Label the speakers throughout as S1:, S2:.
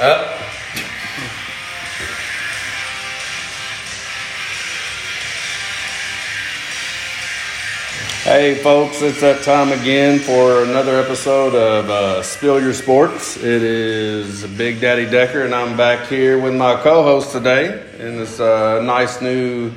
S1: Up.
S2: Hey, folks, it's that time again for another episode of uh, Spill Your Sports. It is Big Daddy Decker, and I'm back here with my co host today in this uh, nice new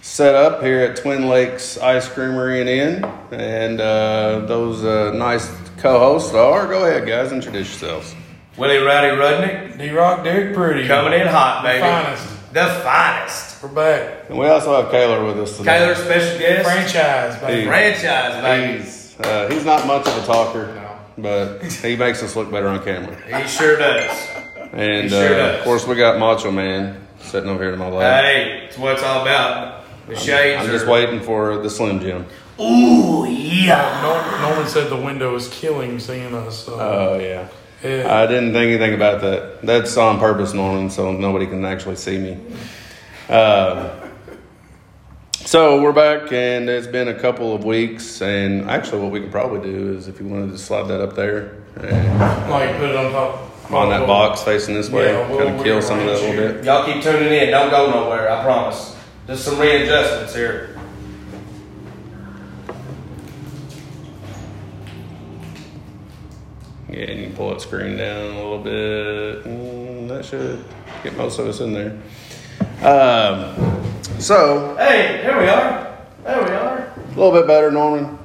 S2: setup here at Twin Lakes Ice Creamery and Inn. And uh, those uh, nice co hosts are, go ahead, guys, introduce yourselves.
S1: Willie Rowdy Rudnick.
S3: D Rock, Derek Pretty.
S1: Coming in hot,
S3: The
S1: baby.
S3: finest.
S1: The finest.
S3: We're back.
S2: And we also have Kaylor with us today.
S1: Kyler, special guest.
S3: Franchise, baby.
S2: Hey.
S1: Franchise, baby.
S2: He's, uh, he's not much of a talker,
S3: No.
S2: but he makes us look better on camera.
S1: He sure does.
S2: And
S1: He sure
S2: uh,
S1: does.
S2: of course, we got Macho Man sitting over here to my left.
S1: Hey, it's what it's all about. The shades
S2: I'm
S1: are.
S2: just waiting for the Slim Jim.
S1: Ooh, yeah.
S3: Nor- Norman said the window is killing seeing us. So.
S1: Uh,
S2: Oh yeah.
S3: yeah.
S2: I didn't think anything about that. That's on purpose, Norman, so nobody can actually see me. Uh, so we're back, and it's been a couple of weeks. And actually, what we could probably do is, if you wanted to slide that up there and
S3: like put it on top.
S2: on that box facing this way,
S3: Yeah, we'll
S2: kind of kill some of that a
S3: rearrange
S2: little
S3: here.
S2: bit.
S1: Y'all keep tuning in. Don't go nowhere. I promise. Just some readjustments here.
S2: Yeah, and you can pull that screen down a little bit. Mm, that should get most of us in there. Um, so
S1: Hey, here we are. There we are.
S2: a little bit better, Norman.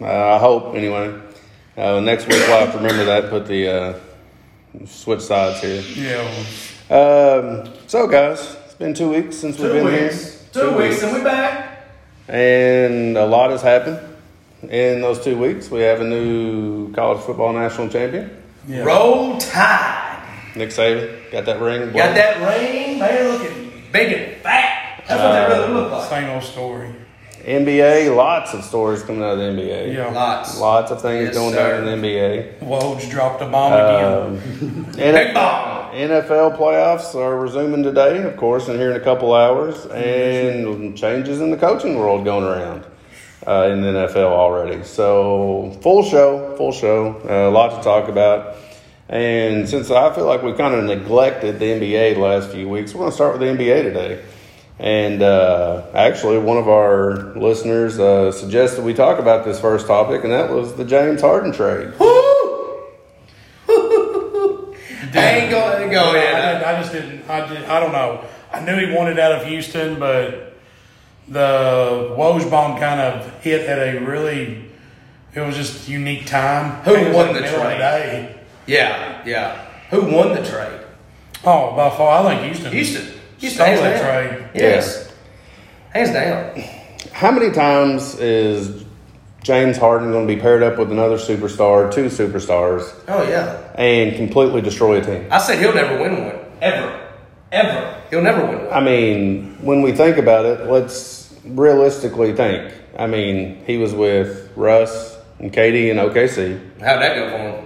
S2: Uh, I hope anyway. Uh, next week we'll have to remember that. Put the uh, switch sides here.
S3: Yeah. well,
S2: Um, so guys, it's been two weeks since we've
S1: Two
S2: been
S1: weeks.
S2: here.
S1: Two weeks, and we back.
S2: and a lot has happened in those two weeks. We have a new college football national champion,
S3: Yeah.
S1: Roll Tide.
S2: Nick Saban. Got that ring.
S1: Got that rain, man. Looking big and fat. That's what they really look like.
S3: Same old story.
S2: NBA, lots of stories coming out of the NBA.
S3: Yeah.
S1: Lots.
S2: Lots of things
S1: Yes,
S2: going
S1: sir.
S2: on in the NBA.
S3: Woj dropped a bomb
S2: Um,
S3: again.
S1: Big
S2: NFL,
S1: bomb.
S2: NFL playoffs are resuming today, of course, and here in a couple hours, and changes in the coaching world going around uh, in the NFL already. So, full show, full show, uh, a lot to talk about. And since I feel like we kind of neglected the NBA the last few weeks, we're going to start with the NBA today. And uh, actually, one of our listeners uh, suggested we talk about this first topic, and that was the James Harden trade.
S1: Woo! I ain't going to go
S3: I,
S1: in.
S3: didn't- I just didn't. I did. I don't know. I knew he wanted out of Houston, but the Woj bomb kind of hit at a really. It was just unique time.
S1: Who
S3: It was
S1: won
S3: in
S1: the
S3: middle of
S1: trade?
S3: day.
S1: Yeah, yeah. Who won the trade?
S3: Oh, by far, I think Houston.
S1: Houston. Houston,
S3: Stole
S1: hands
S3: that
S1: down.
S3: trade.
S1: Yes. Hands down.
S2: How many times is James Harden going to be paired up with another superstar, two superstars,
S1: Oh, yeah.
S2: and completely destroy a team?
S1: I said he'll never win one. Ever. Ever. He'll never win one.
S2: I mean, when we think about it, let's realistically think. I mean, he was with Russ and Katie and OKC.
S1: How'd that go for him?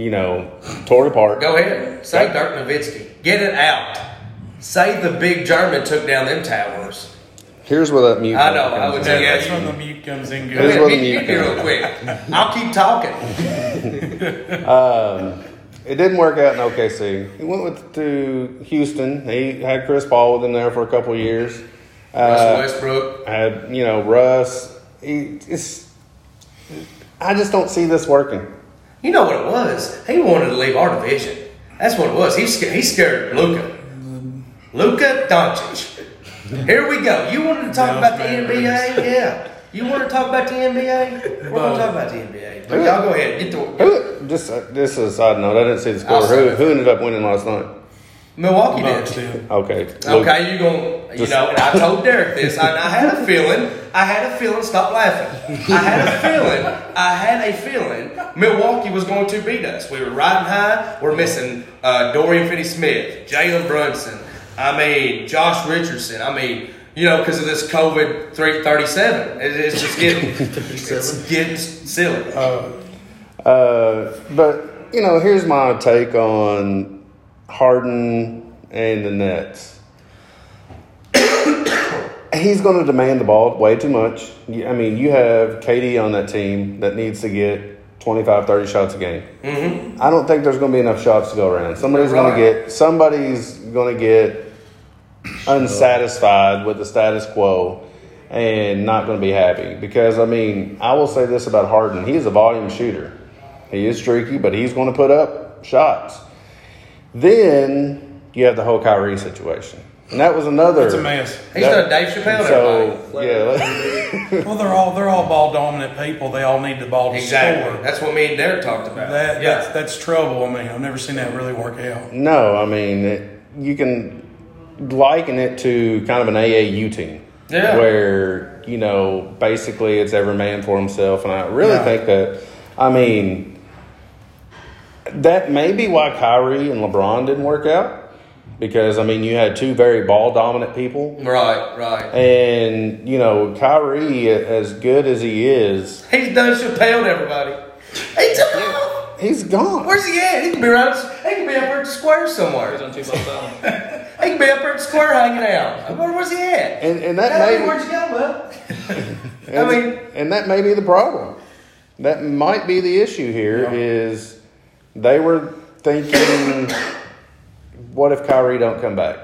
S2: You know, tore it apart.
S1: Go ahead. Say Dirk Nowitzki. Get it out. Say the big German took down them towers.
S2: Here's where that mute.
S1: I know, I would
S2: comes in.
S1: say-
S3: Yeah, that's when the mute comes in
S1: Go
S2: Here's
S1: ahead,
S3: good.
S2: where the
S1: mute
S2: mute
S1: mute me
S2: comes
S1: real quick. I'll keep talking.
S2: It didn't work out in OKC. He went with to Houston. He had Chris Paul with him there for a couple of years.
S1: Russell
S2: Uh,
S1: Westbrook.
S2: had you know Russ. He, it's, I just don't see this working.
S1: You know what it was? He wanted to leave our division. That's what it was. He scared, he scared Luca. Luca Doncic. Here we go. You wanted to talk
S3: Dallas
S1: about the
S3: Mavericks.
S1: NBA? Yeah. You want to talk about the NBA? We're going to talk about the NBA. But y'all go ahead. Get to
S2: Who? Just uh, this is a side note. I didn't see the score.
S1: Awesome.
S2: Who, who ended up winning last night?
S1: Milwaukee
S3: Bucks
S1: did.
S3: did.
S2: Okay. Luke.
S1: Okay, you going you
S2: Just-
S1: know, and I told Derek this, and I had a feeling, I had a feeling, stop laughing. I had a feeling, I had a feeling Milwaukee was going to beat us. We were riding high, we're missing uh, Dorian Finney Smith, Jalen Brunson, I mean, Josh Richardson, I mean, you know, because of this COVID 337. It, it's just getting, it's getting silly.
S2: Uh, but you know, here's my take on Harden and the Nets. He's going to demand the ball way too much. You- I mean, you have KD on that team that needs to get 25, 30 shots a game. I don't think there's going to be enough shots to go around. Somebody's going
S1: Right.
S2: to get somebody's going to get unsatisfied with the status quo and not going to be happy because I mean I will say this about Harden: he is a volume shooter. He is streaky, but he's going to put up shots. Then you have the whole Kyrie situation, and that was another.
S3: It's a mess.
S1: He's
S2: that-
S1: done Dave Chappelle. and
S2: So
S1: everybody.
S2: yeah,
S3: Well, they're all they're all ball dominant people. They all need the ball to
S1: exactly.
S3: score.
S1: That's what me and Derek talked about.
S3: That
S1: yeah.
S3: that's, that's trouble. I mean, I've never seen that really work out.
S2: no, I mean it, you can liken it to kind of an AAU team,
S1: Yeah.
S2: where you know basically it's every man for himself, and I really
S3: Yeah.
S2: think that I mean that may be why Kyrie and LeBron didn't work out because I mean you had two very ball dominant people.
S1: right, right.
S2: And you know Kyrie, as good as he is,
S1: He's done Chappelle to everybody. He's
S2: he's gone.
S1: Where's he at? He can be right. He can be up there at the square somewhere.
S4: on two bucks island.
S1: He can be up there at the square hanging out. Where was he at?
S2: and, and that
S1: Hey,
S2: may
S1: where'd you go, Will?
S2: And,
S1: I mean-
S2: and that may be the problem. That might be the issue here is they were thinking, what if Kyrie don't come back?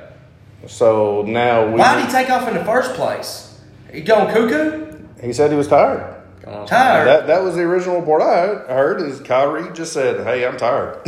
S2: So now we,
S1: Why would he take off in the first place? He going cuckoo?
S2: he said he was tired.
S4: Oh.
S1: Tired.
S2: That that was the original report I heard is Kyrie just said, "Hey, I'm tired."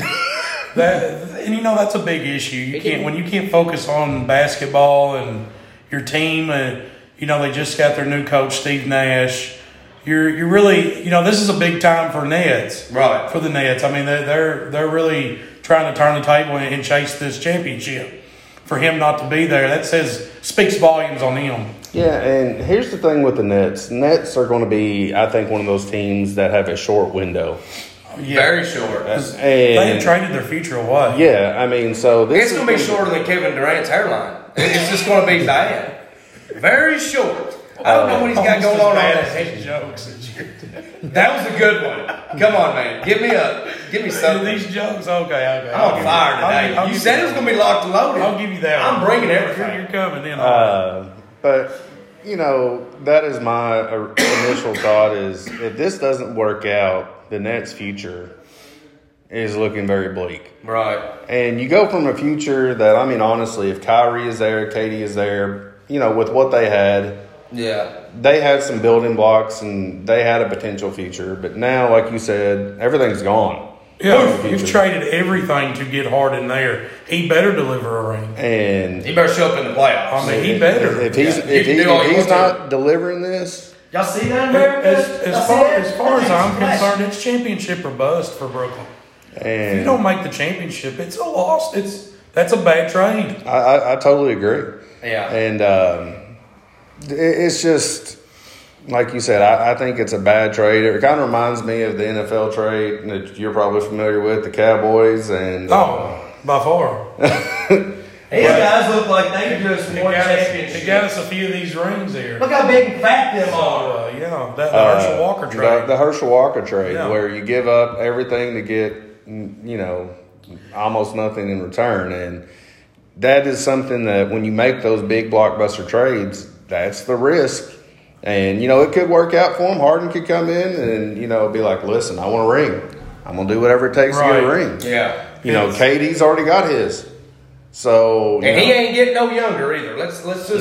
S3: That and you know that's a big issue. You can't when you can't focus on basketball and your team. And you know they just got their new coach Steve Nash. You're you really you know this is a big time for Nets.
S1: Right.
S3: for the Nets. I mean, they're they're, they're really trying to turn the table and, and chase this championship. For him not to be there, that says speaks volumes on him.
S2: yeah, and here's the thing with the Nets. Nets are going to be, I think, one of those teams that have a short window.
S3: Yeah,
S1: Very short.
S2: And
S3: they have traded their future away.
S2: yeah, I mean, so this
S1: It's
S2: is
S1: going to be shorter than Kevin Durant's hairline. It- It's just going to be bad. Very short. I don't know what he's got going
S3: Almost as
S1: on.
S3: bad
S1: on
S3: as
S1: that.
S3: his jokes. as you-
S1: That was a good one. Come on, man. Give me a. Give me something.
S3: These jokes, okay, okay.
S1: I'm on fire today. you said it was going to be locked and loaded.
S3: I'll give you that.
S1: I'm
S3: one.
S1: bringing
S3: You're-
S1: everything.
S3: You're coming in.
S2: Uh, but you know that is my uh, initial thought is if this doesn't work out the Nets' future is looking very bleak
S1: Right.
S2: and you go from a future that i mean honestly if kyrie is there katie is there you know with what they had
S1: Yeah.
S2: they had some building blocks and they had a potential future but now like you said everything's gone
S3: yeah, you've traded everything to get Harden there. He better deliver a ring.
S2: and
S1: He better show up in the playoffs.
S3: I mean, he better.
S2: if he's
S1: Yeah, you
S2: if,
S1: can
S2: he,
S1: do all
S2: if
S1: you
S2: he's
S1: want to.
S2: not delivering this
S1: Y'all see that, America?
S3: As, as
S1: Y'all
S3: far
S1: see that?
S3: as far as I'm
S1: Flash.
S3: concerned, it's championship or bust for Brooklyn. If you
S2: and
S3: don't make the championship, it's a loss. It's that's a bad trade.
S2: I, I, I totally agree
S1: Yeah.
S2: And um, it, it's just like you said. I, I think it's a bad trade. It kind of reminds me of the NFL trade that you're probably familiar with, the Cowboys and uh,
S3: Oh, by far.
S1: These guys look like they just
S3: It
S1: won
S3: got, us, it got
S1: championships.
S3: us a few of these rings there.
S1: Look how big and fat them are.
S3: Uh, yeah, that the
S2: uh,
S3: Herschel Walker
S2: the-
S3: trade.
S2: The, Herschel Walker trade,
S3: Yeah.
S2: where you give up everything to get you know almost nothing in return, and that is something that when you make those big blockbuster trades, that's the risk. And you know it could work out for him. Harden could come in and you know be like, "Listen, I want a ring. I'm gonna do whatever it takes to get a
S3: Right.
S2: ring."
S1: Yeah.
S2: You know, KD's already got his, so you
S1: And
S2: know,
S1: he ain't getting no younger either. Let's let's just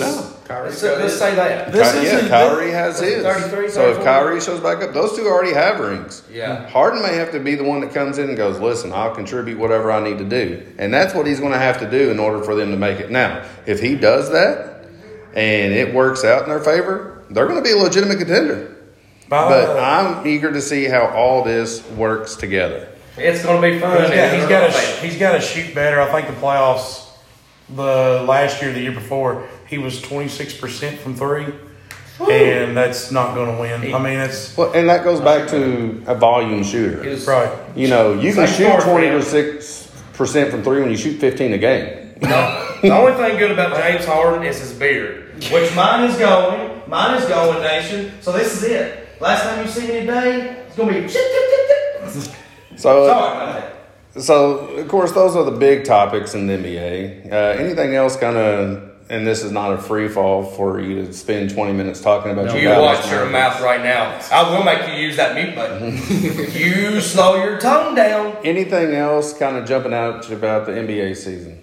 S2: No.
S1: let's, let's say that.
S3: this
S2: Ky-
S3: isn't-
S2: yeah, Kyrie has
S1: this
S2: his.
S1: is 33,
S2: so if
S1: 34.
S2: Kyrie shows back up, those two already have rings.
S1: Yeah.
S2: Harden may have to be the one that comes in and goes, "Listen, I'll contribute whatever I need to do," and that's what he's going to have to do in order for them to make it. Now, if he does that and it works out in their favor, they're going to be a legitimate contender.
S3: By-
S2: But
S1: Uh.
S2: I'm eager to see how all this works together.
S1: It's gonna be fun.
S3: he's got,
S1: man.
S3: he's got to he's got to shoot better. I think the playoffs, the last year, the year before, he was twenty six percent from three, and that's not going to win. I mean, that's
S2: Well, and that goes back to a volume shooter.
S1: He's-
S3: right.
S2: You know, you can
S1: Same
S2: shoot
S1: story,
S2: twenty
S1: man.
S2: or six percent from three when you shoot fifteen a game.
S1: No. the only thing good about James Harden is his beard, which mine is going. Mine is going, nation. So this is it. Last time you see me today, it's gonna be. Shit, shit, shit, shit.
S2: So
S1: Sorry about that.
S2: So, of course, those are the big topics in the NBA. Uh, anything else kind of and this is not a free fall for you to spend 20 minutes talking about
S1: You
S2: your
S1: watch
S2: balance
S1: your
S2: markers.
S1: mouth right now. I will make you use that mute button. you slow your tongue down.
S2: Anything else kind of jumping out to you about the NBA season?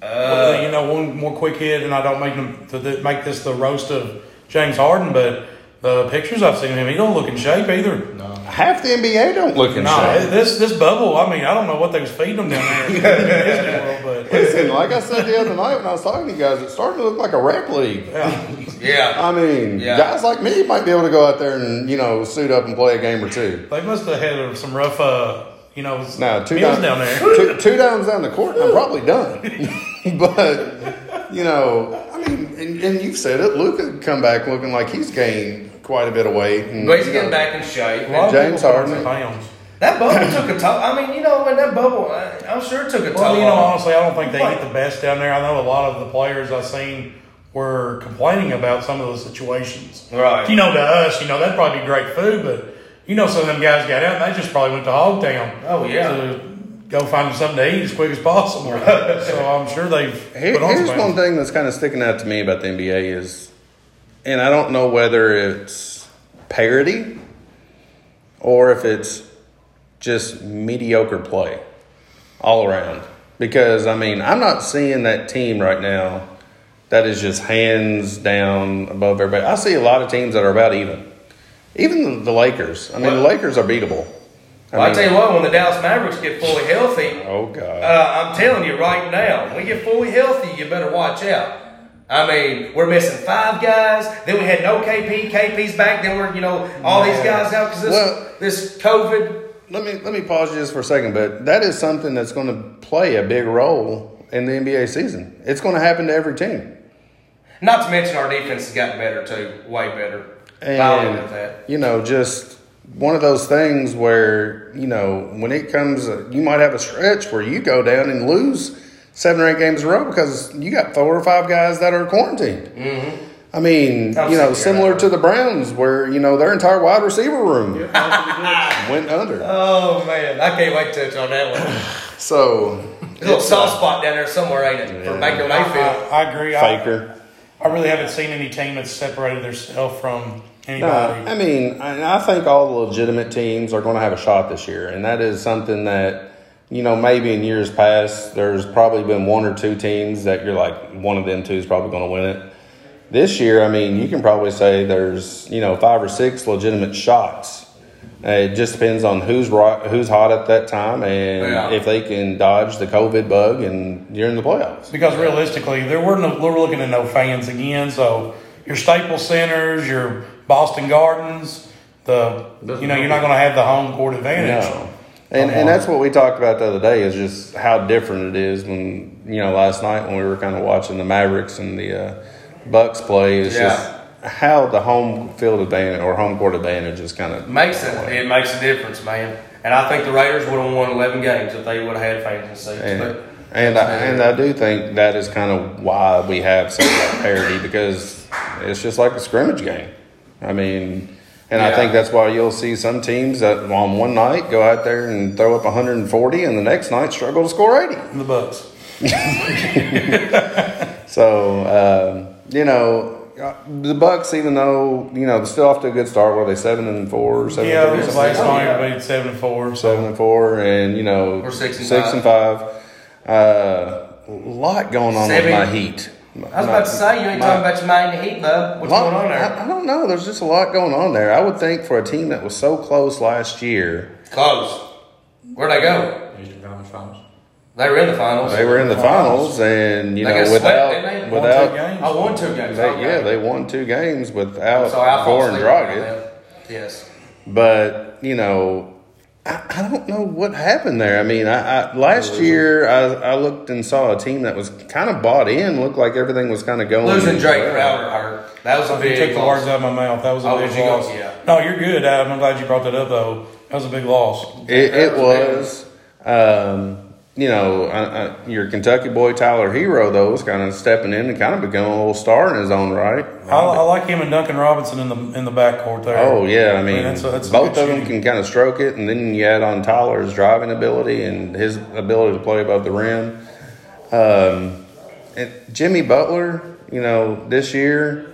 S3: Well, you know, one more quick hit, and I don't make them to th- make this the roast of James Harden, but the pictures I've seen of him, he don't look in shape either. No,
S2: Half the NBA don't look in shape.
S3: this this bubble. I mean, I don't know what they was feeding him down there. Disney World, but
S2: Listen, like I said the other night when I was talking to you guys, it's starting to look like a rap league.
S1: Yeah.
S2: I mean,
S1: Yeah.
S2: guys like me might be able to go out there and you know suit up and play a game or two.
S3: they must have had some rough, uh, you know,
S2: Now two
S3: meals
S2: dimes
S3: down there.
S2: two, two dimes down the court, and I'm probably done. but you know, I mean, and, and you've said it. Luca come back looking like he's gained quite a bit of weight. And,
S1: But he's
S2: you
S1: getting
S2: know,
S1: back in shape.
S3: A lot of
S2: James
S3: people put on
S2: Harden.
S3: some Pounds.
S1: That bubble took a toll. I mean, you know, when that bubble, I, I'm sure it took a toll.
S3: Well, you know,
S1: on him.
S3: honestly, I don't think they eat the best down there. I know a lot of the players I've seen were complaining about some of those situations.
S1: Right.
S3: You know, to us, you know, that'd probably be great food, but you know, some of them guys got out and they just probably went to Hogtown.
S1: Oh, yeah.
S3: To go find them something to eat as quick as possible. so I'm sure they've
S2: Here-
S3: put on
S2: here's
S3: some
S2: one
S3: pounds.
S2: thing that's kind of sticking out to me about the NBA is, and I don't know whether it's parody or if it's just mediocre play all around. Because I mean, I'm not seeing that team right now that is just hands down above everybody. I see a lot of teams that are about even. Even the, the Lakers. I mean, the
S1: Well-
S2: Lakers are beatable. I
S1: Well, I
S2: mean-
S1: tell you what, when the Dallas Mavericks get fully healthy,
S2: oh god.
S1: uh, I'm telling you right now, when we get fully healthy, you better watch out. I mean, we're missing five guys. Then we had no KP. KP's back. Then we're, you know, all these guys out because this,
S2: Well-
S1: this COVID.
S2: Let me let me pause you just for a second, but that is something that's going to play a big role in the NBA season. It's going to happen to every team.
S1: Not to mention our defense has gotten better too, way better.
S2: And
S1: Following with that,
S2: you know, just one of those things where you know when it comes, you might have a stretch where you go down and lose seven or eight games in a row because you got four or five guys that are quarantined. Mm-hmm. I mean,
S1: I'm
S2: you know,
S1: sick of hearing
S2: similar
S1: that.
S2: to the Browns, where you know their entire wide receiver room went under.
S1: oh man, I can't wait to touch on that one.
S2: so
S1: There's a little soft spot down there somewhere, ain't it? For Baker Mayfield.
S3: I, I agree. I-
S2: faker.
S3: I, really haven't seen any team that's separated themselves from anybody.
S2: Uh, I mean, I, I think all the legitimate teams are going to have a shot this year, and that is something that you know maybe in years past there's probably been one or two teams that you're like one of them two is probably going to win it. This year, I mean, you can probably say there's you know five or six legitimate shots. Uh, It just depends on who's ro- who's hot at that time and
S1: Yeah.
S2: if they can dodge the COVID bug and you're in the playoffs.
S3: Because realistically, there were no, we're looking at no fans again. So your Staples Centers, your Boston Gardens, the you know you're not going to have the home court advantage.
S2: No. And, and that's what we talked about the other day is just how different it is when you know last night when we were kind of watching the Mavericks and the uh, Bucks play is just how the home field advantage or home court advantage is kind of
S1: Makes it. It makes a difference, man. And I think the Raiders would have won 11 games if they would have had fans in seats.
S2: and
S1: But
S2: and I, and I do think that is kind of why we have some of that parity because it's just like a scrimmage game. I mean, and I
S1: Yeah.
S2: think that's why you'll see some teams that on one night go out there and throw up 140 and the next night struggle to score 80.
S3: The Bucks.
S2: So um, you know the Bucks, even though you know they're still off to a good start, were they seven and four, seven
S3: Yeah,
S2: and
S3: it
S2: three,
S3: was
S2: something like
S3: last
S2: that?
S3: night everybody seven and four. So
S2: seven and four, and you know
S1: Or six and five.
S2: and five. Uh, a lot going on
S1: Seven.
S2: with my Heat.
S1: I was about to say, you ain't talking about your mind and heat, bub. What's going on there?
S2: I, I don't know. There's just a lot going on there. I would think for a team that was so close last year,
S1: Close. Where'd they go?
S4: Eastern Conference Finals.
S1: They were in the finals.
S2: they were in the finals, and you
S1: They
S2: know
S1: got swept,
S2: without
S1: didn't they?
S3: won two
S2: without
S3: games.
S1: I won two games.
S2: they,
S1: okay.
S2: yeah they won two games without
S1: Sorry, I fall
S2: Goran
S1: asleep on
S2: Dragic.
S1: that. Yes.
S2: but you know, I, I don't know what happened there. I mean, I, I last year I, I looked and saw a team that was kind of bought in, looked like everything was kind of going.
S1: Losing Drake Crowder hurt. That was a
S3: you
S1: big
S3: took the
S1: loss.
S3: words out of my mouth. That was a
S1: Oh,
S3: big
S1: did you go-
S3: loss.
S1: yeah.
S3: No, you're good. Adam. I'm glad you brought that up though. That was a big loss.
S2: It, it
S1: That
S2: was, um, you know, I, I, your Kentucky boy Tyler Hero though was kind of stepping in and kind of becoming a little star in his own right.
S3: I, I like him and Duncan Robinson in the in the backcourt there.
S2: Oh yeah, I mean,
S3: that's a- that's a
S2: both
S3: good
S2: of them
S3: shooting.
S2: can kind of stroke it, and then you add on Tyler's driving ability and his ability to play above the rim. Um, and Jimmy Butler, you know, this year,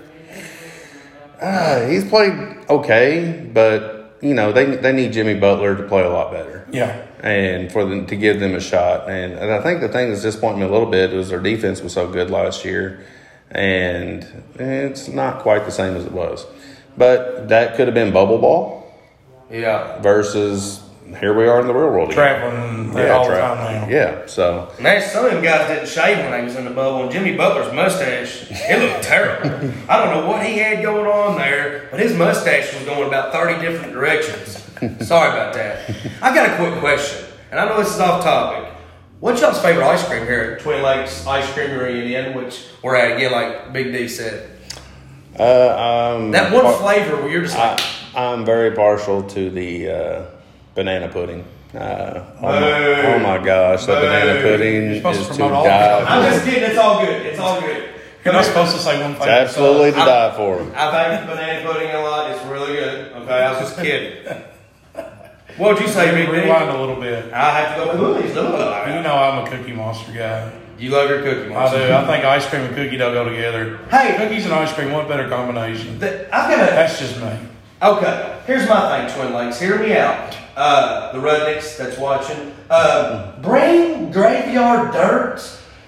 S2: uh, he's played okay, but you know they they need Jimmy Butler to play a lot better
S3: Yeah.
S2: and for them to give them a shot. And, and I think the thing that's disappointing me a little bit was their defense was so good last year, and it's not quite the same as it was. But that could have been bubble ball
S1: Yeah.
S2: versus here we are in the real world. again.
S3: Traveling all the
S2: tra-
S3: time now.
S2: Yeah, so
S1: Man, some of them guys didn't shave when they was in the bubble. And Jimmy Butler's mustache, it looked terrible. I don't know what he had going on there, but his mustache was going about 30 different directions. Sorry about that. I got a quick question, and I know this is off topic. What's y'all's favorite ice cream here at Twin Lakes Ice Creamery in Indiana, which we're at again, like Big D said?
S2: uh, um,
S1: That one
S2: par-
S1: flavor where you're just like,
S2: I, I'm very partial to the uh, banana pudding. Uh, oh,
S1: Boo.
S2: my, oh my gosh, the banana
S1: Boo.
S2: pudding
S3: You're supposed
S2: is
S3: to
S2: to
S3: promote all of
S2: die.
S1: I'm just kidding. It's all good. It's all good.
S3: You're not supposed to say one
S2: It's
S3: thing.
S2: absolutely to
S1: I'm-
S2: die for.
S1: I've had banana pudding a lot. It's really good. Okay, I was just kidding. What would you say, Big D?
S3: Rewind a little bit.
S1: I have to go with
S3: You
S1: Louis.
S3: know I'm a cookie monster guy.
S1: You love your cookie
S3: I
S1: monster.
S3: do. I think ice cream and cookie dough go together.
S1: Hey.
S3: cookies and ice cream, what better combination?
S1: The- I've got
S3: That's just me.
S1: a okay. Here's my thing, Twin Lakes. Hear me out. Uh, the Rudnicks that's watching. Uh, bring graveyard dirt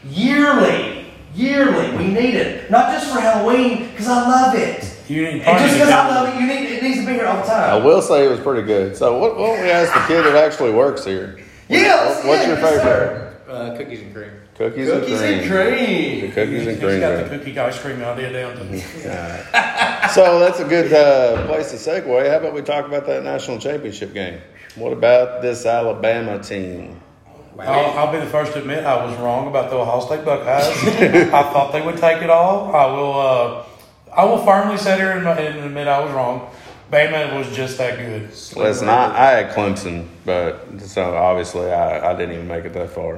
S1: yearly. Yearly, we need it. Not just for Halloween, because I love it.
S3: You
S1: And
S3: need
S1: just
S3: party
S1: because I
S3: people.
S1: love it, you need it needs to be here all the
S2: I
S1: time.
S2: will say it was pretty good. So, what, what don't we ask the kid that actually works here?
S1: Yeah.
S2: What-
S1: let's-
S2: what's
S1: yeah,
S2: your
S1: yes,
S2: favorite?
S1: sir.
S4: Uh, cookies and cream.
S2: Cookies,
S1: Cookies
S2: and cream.
S1: and cream.
S2: The Cookies and
S3: He's
S2: cream.
S3: got the
S2: right.
S3: cookie ice cream idea down to
S2: So that's a good uh, place to segue. How about we talk about that national championship game? What about this Alabama team? Mm-hmm.
S3: I'll, I'll be the first to admit I was wrong about the Ohio State Buckeyes. I thought they would take it all. I will. Uh, I will firmly sit here and, and admit I was wrong. Bama was just that good.
S2: Let's not. I had Clemson, but so obviously I, I didn't even make it that far.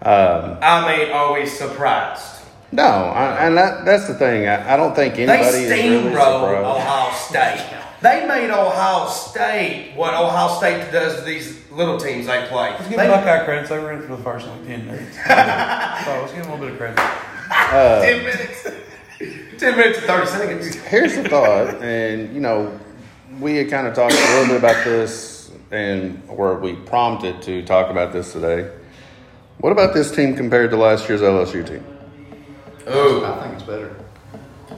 S2: Um,
S1: I mean, always surprised.
S2: no, I, and that, that's the thing. I, I don't think
S1: They
S2: anybody is really
S1: steamrolled
S2: surprised.
S1: Ohio State. They made Ohio State what Ohio State does to these little teams they play.
S3: Let's give
S1: They,
S3: Buckeye credits. They were in for the first like ten minutes. so let's give them a little bit of credit.
S1: ten minutes, ten minutes and thirty seconds.
S2: Here's the thought, and you know, we had kind of talked a little bit about this, and or we prompted to talk about this today. What about this team compared to last year's LSU team?
S1: Ooh,
S4: I think it's better.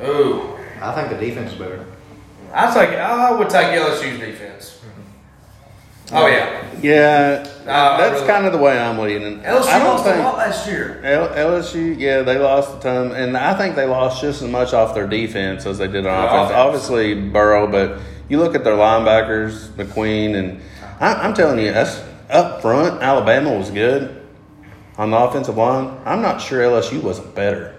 S1: ooh.
S4: I think the defense is better.
S1: I take. I would take LSU's defense. Oh yeah, uh,
S2: Yeah,
S1: I
S2: that's
S1: really-
S2: kind of the way I'm leaning. I
S1: LSU
S2: don't
S1: lost a
S2: think
S1: lot last year.
S2: L- LSU. Yeah, they lost a ton, and I think they lost just as much off their defense as they did on offense.
S1: offense.
S2: Obviously, Burrow, but you look at their linebackers, McQueen, and I, I'm telling you, that's up front. Alabama was good on the offensive line. I'm not sure LSU wasn't better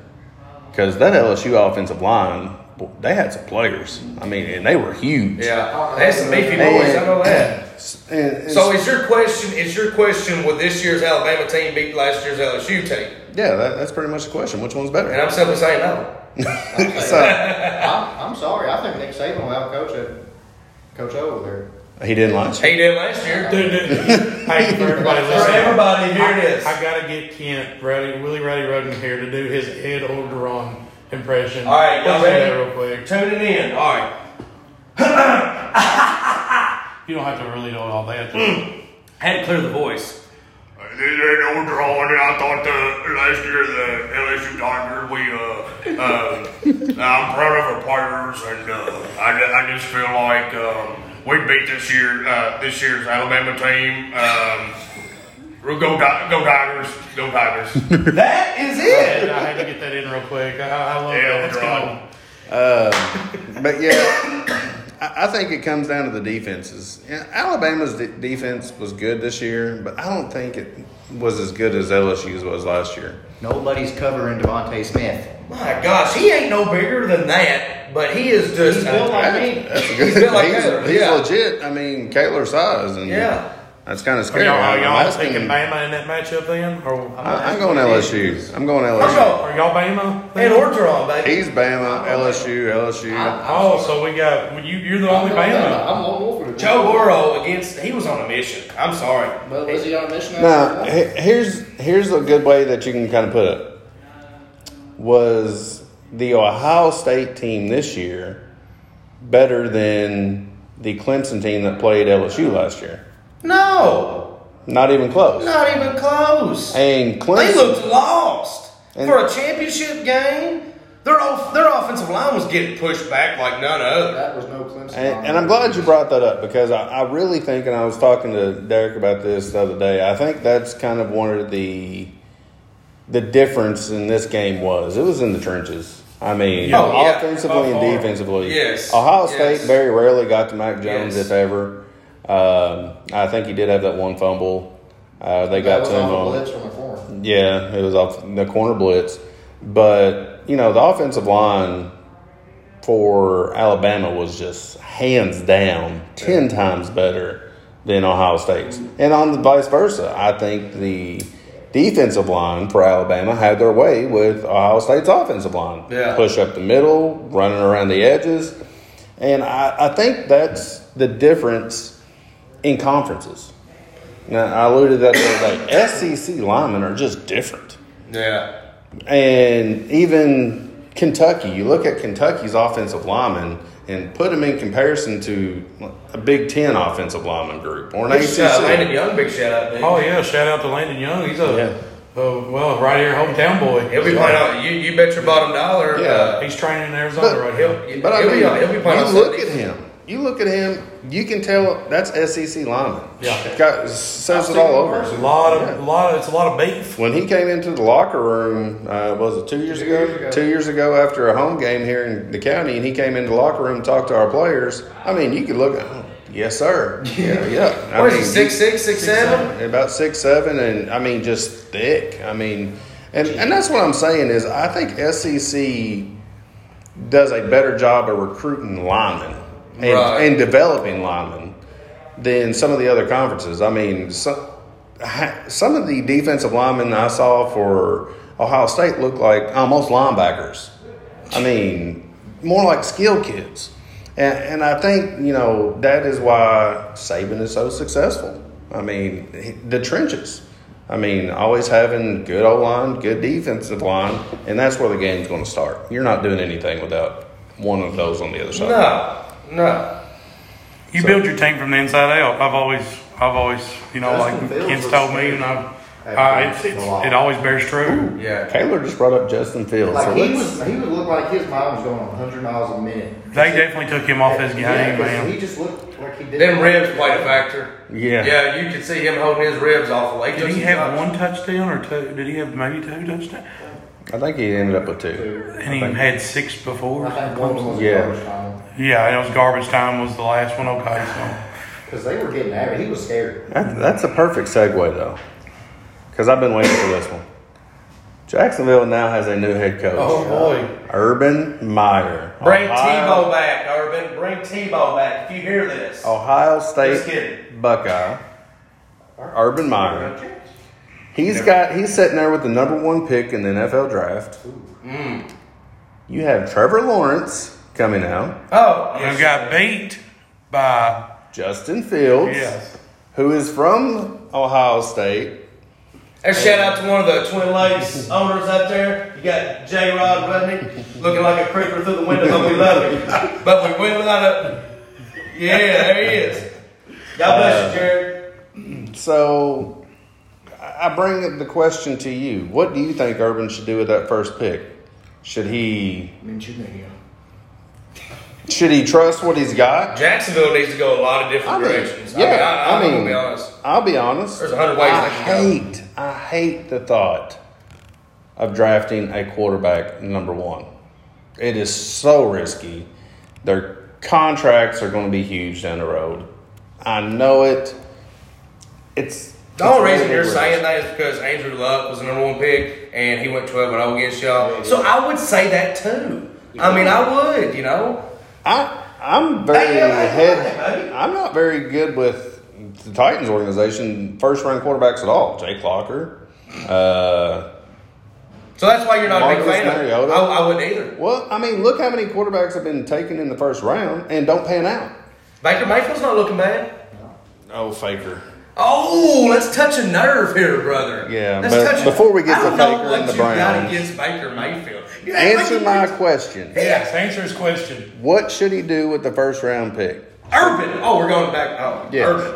S2: because that LSU offensive line, boy, they had some players. I mean, and they were huge.
S1: Yeah, that's some beefy boys. I know that.
S2: And- and
S1: So is your question? Is your question would this year's Alabama team beat last year's LSU team?
S2: yeah, that, that's pretty much the question. Which one's better?
S1: And I'm simply saying no.
S2: So
S4: I'm, I'm sorry. I think Nick Saban will outcoach it. Coach O over there.
S2: he didn't last.
S1: He did last year.
S3: Dude, dude, hey, for everybody
S1: For
S3: listening,
S1: everybody, here it is.
S3: I, I gotta get Kent Rowdy, Willie Rowdy Roden here to do his Ed Orgeron impression.
S1: All right, y'all
S3: Let's do that
S1: ready?
S3: real quick.
S1: Tuning in. All right.
S3: You don't have to really know all that.
S1: Hmm. Had to clear the voice.
S5: This ain't no drawing. I thought the last year the LSU Tigers, we uh, uh, I'm proud of our players, and uh, I, ju- I just feel like um, we beat this year uh, this year's Alabama team. Um, we'll go Ti- go Tigers, go Tigers.
S1: That is it.
S3: I had to get that in real quick. I, I love
S5: Ed
S3: that. Let's go.
S5: Orgeron.
S2: But yeah, I, I think it comes down to the defenses. Yeah, Alabama's de- defense was good this year, but I don't think it was as good as LSU's was last year.
S4: Nobody's covering Devontae Smith.
S1: My gosh, he ain't no bigger than that, but he is just.
S4: He's built like me.
S2: That's a
S1: He's built like
S2: he's
S1: that.
S2: he's
S1: yeah.
S2: legit. I mean, Kaler size, and
S1: Yeah.
S2: that's kind of
S3: Are
S2: scary.
S3: y'all, are
S2: I'm
S3: y'all
S2: asking-
S3: thinking Bama in that matchup then? Or
S2: I, am going LSU. I'm going
S1: I'm
S2: LSU.
S1: going.
S3: are y'all Bama?
S1: And Orgeron, baby.
S2: He's Bama, LSU, LSU.
S3: Oh, so we got well, you. You're the only Bama.
S4: I'm Lone Wolf for the
S1: Joe Burrow against. He was on a mission. I'm sorry.
S4: Well, was he on a mission?
S2: Now, he- here's here's a good way that you can kind of put it. was the Ohio State team this year better than the Clemson team that played LSU last year?
S1: No,
S2: Not even close.
S1: not even close.
S2: And
S1: They
S2: Clemson,
S1: looked lost
S2: And-
S1: for a championship game. Their off, their offensive line was getting pushed back like none other.
S4: That was no Clemson.
S2: And, and I'm glad you brought that up because I, I really think, and I was talking to Derek about this the other day. I think that's kind of one of the the difference in this game was it was in the trenches. I mean,
S1: Yeah. Oh, yeah.
S2: offensively
S3: By
S2: and
S3: far.
S2: defensively.
S1: Yes.
S2: Ohio State
S1: Yes.
S2: very rarely got to Mac Jones
S1: Yes.
S2: if ever. Um, I think he did have that one fumble. Uh, they
S4: that
S2: got
S4: was
S2: to him
S4: on
S2: on
S4: the blitz from the corner.
S2: yeah, it was off the corner blitz. But, you know, the offensive line for Alabama was just hands down 10 times better than Ohio State's. And on the vice versa, I think the defensive line for Alabama had their way with Ohio State's offensive line.
S1: Yeah.
S2: Push up the middle, running around the edges. And I, I think that's the difference in conferences. Now, I alluded to that the other day. SEC linemen are just different.
S1: Yeah,
S2: And even Kentucky, you look at Kentucky's offensive linemen and put them in comparison to a Big Ten offensive lineman group or an
S1: big shout out, uh, Landon
S2: ACC.
S1: Young, big shout out. Dude.
S3: Oh yeah, shout out to Landon Young. He's a, a well right here hometown boy.
S1: He'll be playing on. You, you bet your bottom dollar.
S2: Yeah.
S1: Uh,
S3: He's training in Arizona
S2: But-
S3: right
S1: he'll,
S3: here.
S1: he'll,
S2: But I mean,
S1: be on. He'll be playing
S2: you
S1: on
S2: look
S1: Sundays.
S2: at him. You look at him. You can tell that's SEC lineman.
S3: Yeah.
S2: got, says
S4: I've
S2: it all
S4: seen him
S2: over.
S4: worse.
S3: A lot of a lot of it's a lot of beef.
S2: When he came into the locker room, uh, was it two years
S4: Two
S2: ago?
S4: years ago.
S2: Two years ago, after a home game here in the county, and he came into the locker room and talked to our players. I mean, you could look at, oh, yes, sir. Yeah, yeah. I
S1: What is
S2: mean,
S1: he? Six six six seven.
S2: About six seven, and I mean, just thick. I mean, and and that's what I'm saying is I think SEC does a better job of recruiting linemen and,
S1: Right.
S2: and developing linemen than some of the other conferences. I mean, some some of the defensive linemen I saw for Ohio State looked like almost linebackers. I mean, more like skill kids. And, and I think, you know, that is why Saban is so successful. I mean, he- the trenches. I mean, always having good O line, good defensive line, and that's where the game's going to start. You're not doing anything without one of those on the other side.
S1: No, no.
S3: You build your team from the inside out. I've always I've always you know
S4: Justin
S3: like
S4: Fields
S3: Ken's
S4: was
S3: told me
S4: scary.
S3: and I've.
S4: At
S3: I,
S4: first,
S3: Uh, it's, it's,
S4: a lot.
S3: it always bears true.
S1: Yeah.
S2: Kaylor just brought up Justin Fields. so
S4: Like he
S2: let's-
S4: was, he would look like his mind was going 100 miles a minute.
S3: They definitely took him off his game,
S4: Yeah, 'cause
S3: man.
S4: He just looked like he did.
S1: Them ribs played a factor.
S2: Yeah.
S1: Yeah, you could see him holding his ribs off. Like,
S3: Did he have one touchdown or two? Did he have maybe two touchdowns?
S2: I think he ended up with two.
S3: And he had six before.
S4: I think one was
S2: Yeah.
S4: yeah. garbage time
S3: Yeah, and it was garbage time was the last one. Okay, so
S4: because they were getting at it. He was scared.
S2: That, that's a perfect segue, though, because I've been waiting for this one. Jacksonville now has a new head coach.
S1: boy.
S2: Urban Meyer.
S1: Oh, Bring
S2: Ohio,
S1: Tebow back, Urban. Bring Tebow back. If you hear this,
S2: Oh. Ohio
S1: Just kidding.
S2: State Buckeye. Urban Meyer. He's got he's sitting there with the number one pick in the NFL draft.
S1: Mm.
S2: You have Trevor Lawrence coming out,
S1: oh,
S3: they
S1: yes.
S3: got beat by
S2: Justin Fields,
S3: yes.
S2: who is from Ohio State.
S1: And shout out to one of the Twin Lakes owners up there. You got J. Rod Rudnick looking like a creeper through the window, but we love him. But we went without a. Yeah, there he is. God bless
S2: Uh,
S1: you, Jared.
S2: So I I bring up the question to you. What do you think Urban should do with that first pick? Should he
S4: Mention him.
S2: should he trust what he's got?
S1: Jacksonville needs to go a lot of
S2: I
S1: different
S2: mean,
S1: directions.
S2: yeah,
S1: I mean, I,
S2: I
S1: am
S2: mean,
S1: gonna be honest.
S2: I'll be honest.
S1: There's a hundred ways
S2: I
S1: they can
S2: hate, I hate the thought of drafting a quarterback number one. It is so risky. Their contracts are going to be huge down the road. I know it. It's
S1: The only
S2: it's
S1: reason you're
S2: ridiculous.
S1: saying that is because Andrew Luck was the number one pick and he went 12 and 0 against y'all. So I would say that too. I mean, I would, you know.
S2: I I'm very
S1: Hey, hey, hey, hey,
S2: head.
S1: buddy.
S2: I'm not very good with the Titans organization first round quarterbacks at all. Jake Locker. Uh,
S1: So that's why you're not a big
S2: Marcus
S1: fan of it.
S2: Mariota.
S1: I, I wouldn't either.
S2: well, I mean, look how many quarterbacks have been taken in the first round and don't pan out.
S1: Baker Mayfield's not looking bad.
S2: Oh, faker.
S1: Oh, let's touch a nerve here, brother.
S2: Yeah,
S1: let's
S2: but
S1: touch
S2: before we get to
S1: I don't know
S2: Baker
S1: what
S2: and the
S1: you got
S2: Browns.
S1: against Baker Mayfield. You act like
S2: Answer
S1: you-
S2: my question.
S3: Yes, answer his question.
S2: What should he do with the first round pick?
S1: Urban. Oh, we're going back. Oh,
S2: Yes.
S1: Urban.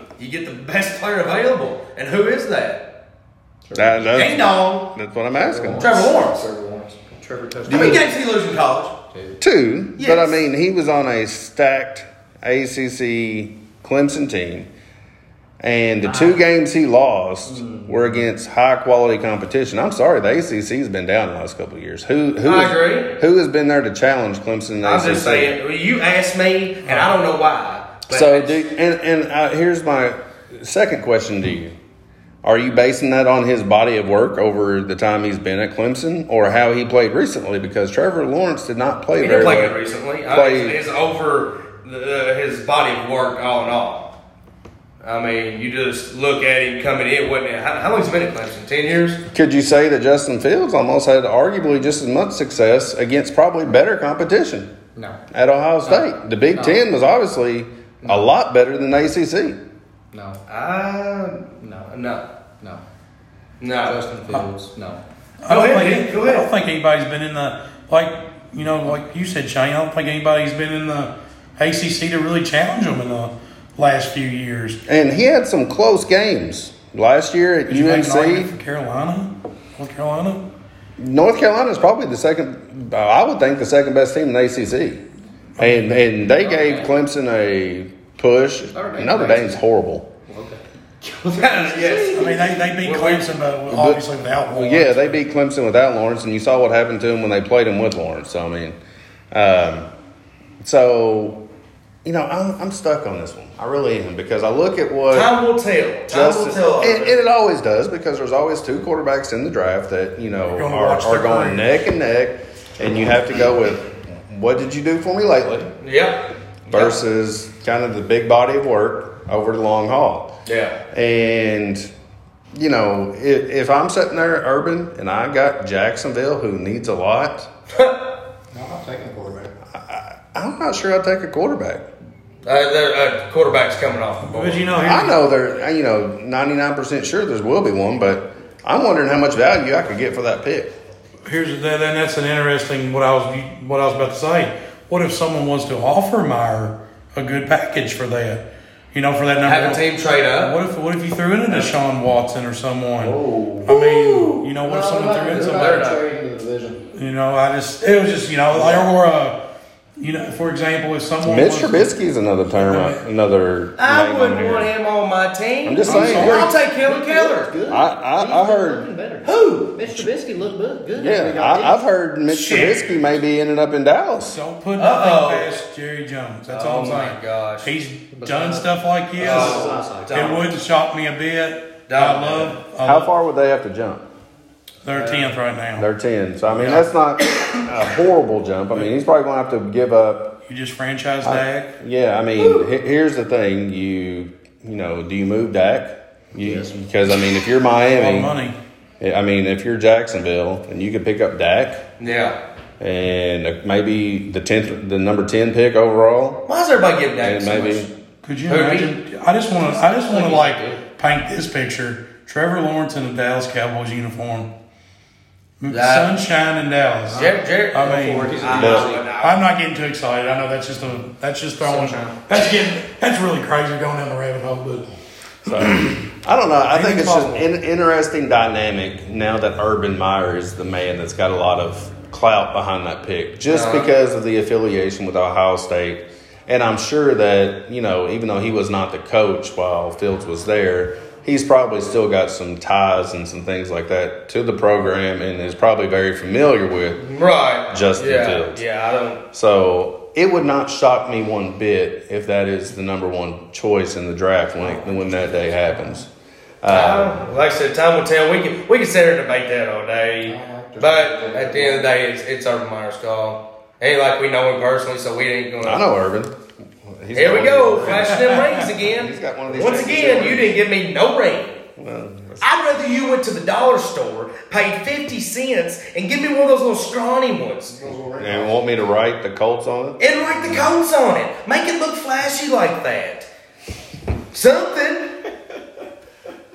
S1: Um, you get the best player available, and who is that?
S2: That- that's,
S1: Ding dong.
S2: that's what I'm asking.
S1: Trevor Lawrence.
S4: Trevor Lawrence. Trevor touched.
S1: How many games did he lose in college?
S2: Two, but I
S1: Yes.
S2: mean, he was on a stacked ACC Clemson team, and the
S1: Uh-huh.
S2: two games he lost were against high quality competition. I'm sorry, the ACC's been down the last couple of years. Who who
S1: I
S2: has-
S1: agree.
S2: who has been there to challenge Clemson? In the
S1: I'm
S2: ACC?
S1: just saying. You asked me, and I don't know why. but
S2: So, do, and and uh, here's my second question to you: Are you basing that on his body of work over the time he's been at Clemson, or how he played recently? Because Trevor Lawrence did not play
S1: He
S2: very
S1: didn't play
S2: well
S1: good recently.
S2: Played-
S1: Uh, it's, it's over the, uh, his body of work, all in all. I mean, you just look at him coming in. What? How, how long's he been at Clemson? Ten years.
S2: Could you say that Justin Fields almost had arguably just as much success against probably better competition
S4: No,
S2: at Ohio State? The Big
S4: No.
S2: Ten was obviously a lot better than the ACC.
S4: no,
S1: Uh,
S4: no,
S1: no,
S4: no.
S1: no.
S4: Justin Fields. No.
S1: Go
S3: I don't,
S1: ahead,
S3: think,
S1: Nick, go ahead.
S3: I don't think anybody's been in the like you know like you said, Shane. I don't think anybody's been in the ACC to really challenge them in the last few years.
S2: And he had some close games. Last year at
S3: Could you make an argument
S2: UNC,
S3: for Carolina, North Carolina?
S2: North Carolina is probably the second, uh, I would think, the second best team in the ACC. And, and they gave Clemson a push.
S4: Notre Dame's
S2: Notre Dame's horrible.
S4: Okay.
S3: I
S1: yes.
S3: mean, they, they beat
S1: Well, we-
S3: Clemson, but obviously without one.
S2: Well, yeah, they beat Clemson without Lawrence, and you saw what happened to him when they played him with Lawrence. So, I mean, um, so you know, I'm, I'm stuck on this one. I really am because I look at what
S1: Time will tell. Time will tell.
S2: and, and it always does because there's always two quarterbacks in the draft that you know
S3: You're gonna
S2: are,
S3: watch
S2: are
S3: their
S2: going
S3: careers.
S2: neck and neck, and you have to go with what did you do for me lately
S1: yeah.
S2: versus kind of the big body of work over the long haul.
S1: Yeah.
S2: And you know, if, if I'm sitting there, Urban, and I got Jacksonville, who needs a lot,
S4: No, I'm not taking quarterback.
S2: I'm not sure I'd take a quarterback.
S1: Uh, their uh, quarterback's coming off the board.
S3: But you know,
S2: I
S3: here,
S2: know there, you know, 99% sure there will be one, but I'm wondering how much value I could get for that pick.
S3: here's the- then that's an interesting what I was what I was about to say. What if someone wants to offer Meyer a good package for that? You know, for that number
S1: Have a team trade up.
S3: What if what if you threw in a Deshaun Watson or someone?
S1: Oh.
S3: I mean, you know, what if someone threw in
S1: They're
S3: somebody?
S1: not.
S4: trading the division.
S3: You know, I just it was just you know, like or a, you know, for example, if someone
S2: Mitch
S3: was-
S2: Trubisky is another term, another.
S1: I
S2: name on
S1: wouldn't
S2: here.
S1: want him on my team.
S2: I'm just
S3: I'm
S2: saying.
S3: sorry.
S1: I'll take Kevin Keller.
S4: Good.
S2: I, I, I heard.
S1: Who?
S4: Mitch Trubisky looked good. good.
S2: Yeah, I, I've heard Mitch
S3: Shit.
S2: Trubisky maybe ended up in Dallas.
S3: Don't put nothing
S1: Uh-oh.
S3: past Jerry Jones. That's all
S1: Oh
S3: I'm
S1: my
S3: saying.
S1: gosh.
S3: He's done stuff like this.
S1: Oh,
S3: it
S1: don't.
S3: wouldn't shock me a bit.
S1: Don't.
S3: I love. I
S2: How
S3: love
S2: far would they have to jump?
S3: they're tenth right now.
S2: They're 10. So, I mean, that's not a horrible jump. I mean, he's probably going to have to give up
S3: You just franchise Dak.
S2: Yeah, I mean, he- here's the thing: you you know, do you move Dak? You, Because I mean, if you're
S3: All
S2: Miami, eh,
S3: money.
S2: I mean, if you're Jacksonville and you could pick up Dak
S1: Yeah.
S2: and maybe the tenth, the number ten pick overall,
S1: Why is everybody giving that
S2: and
S1: so
S2: maybe
S1: much?
S3: Could you
S1: Who, me?
S3: imagine? I just want to. I just want to
S4: Please
S3: like
S4: do.
S3: paint this picture: Trevor Lawrence in a Dallas Cowboys uniform,
S1: That-
S3: sunshine in Dallas.
S1: Jer- Jer-
S3: I mean,
S4: Ford, he's a
S1: I-
S2: But-
S1: I-
S3: I'm not getting too excited. I know that's just a that's just throwing.
S4: Sunshine.
S3: That's getting that's really crazy going down the rabbit hole. But
S2: so, I don't know. I think it's just
S3: Impossible.
S2: an interesting dynamic now that Urban Meyer is the man that's got a lot of clout behind that pick, just because of the affiliation with Ohio State. And I'm sure that you know, even though he was not the coach while Fields was there, he's probably still got some ties and some things like that to the program, and is probably very familiar with.
S1: Right.
S2: Justin
S1: yeah.
S2: Fields.
S1: Yeah, I don't.
S2: So it would not shock me one bit if that is the number one choice in the draft when when that day happens. Uh,
S1: I- like I said, time will tell. We can we can sit here and debate that all day, but at the end of the day, it's it's Urban Meyer's call. Hey, like we know him personally, so we ain't gonna.
S2: I know Urban. He's
S1: Here
S2: got
S1: we
S2: one of
S1: go,
S2: these-
S1: flashing them rings again.
S2: He's got one of these
S1: Once
S2: things
S1: again,
S2: that-
S1: you didn't give me no ring.
S2: Well, that's-
S1: I'd rather you went to the dollar store, paid fifty cents, and give me one of those little scrawny ones,
S2: and want me to write the Colts on it?
S1: and like the cones on it, make it look flashy like that. Something.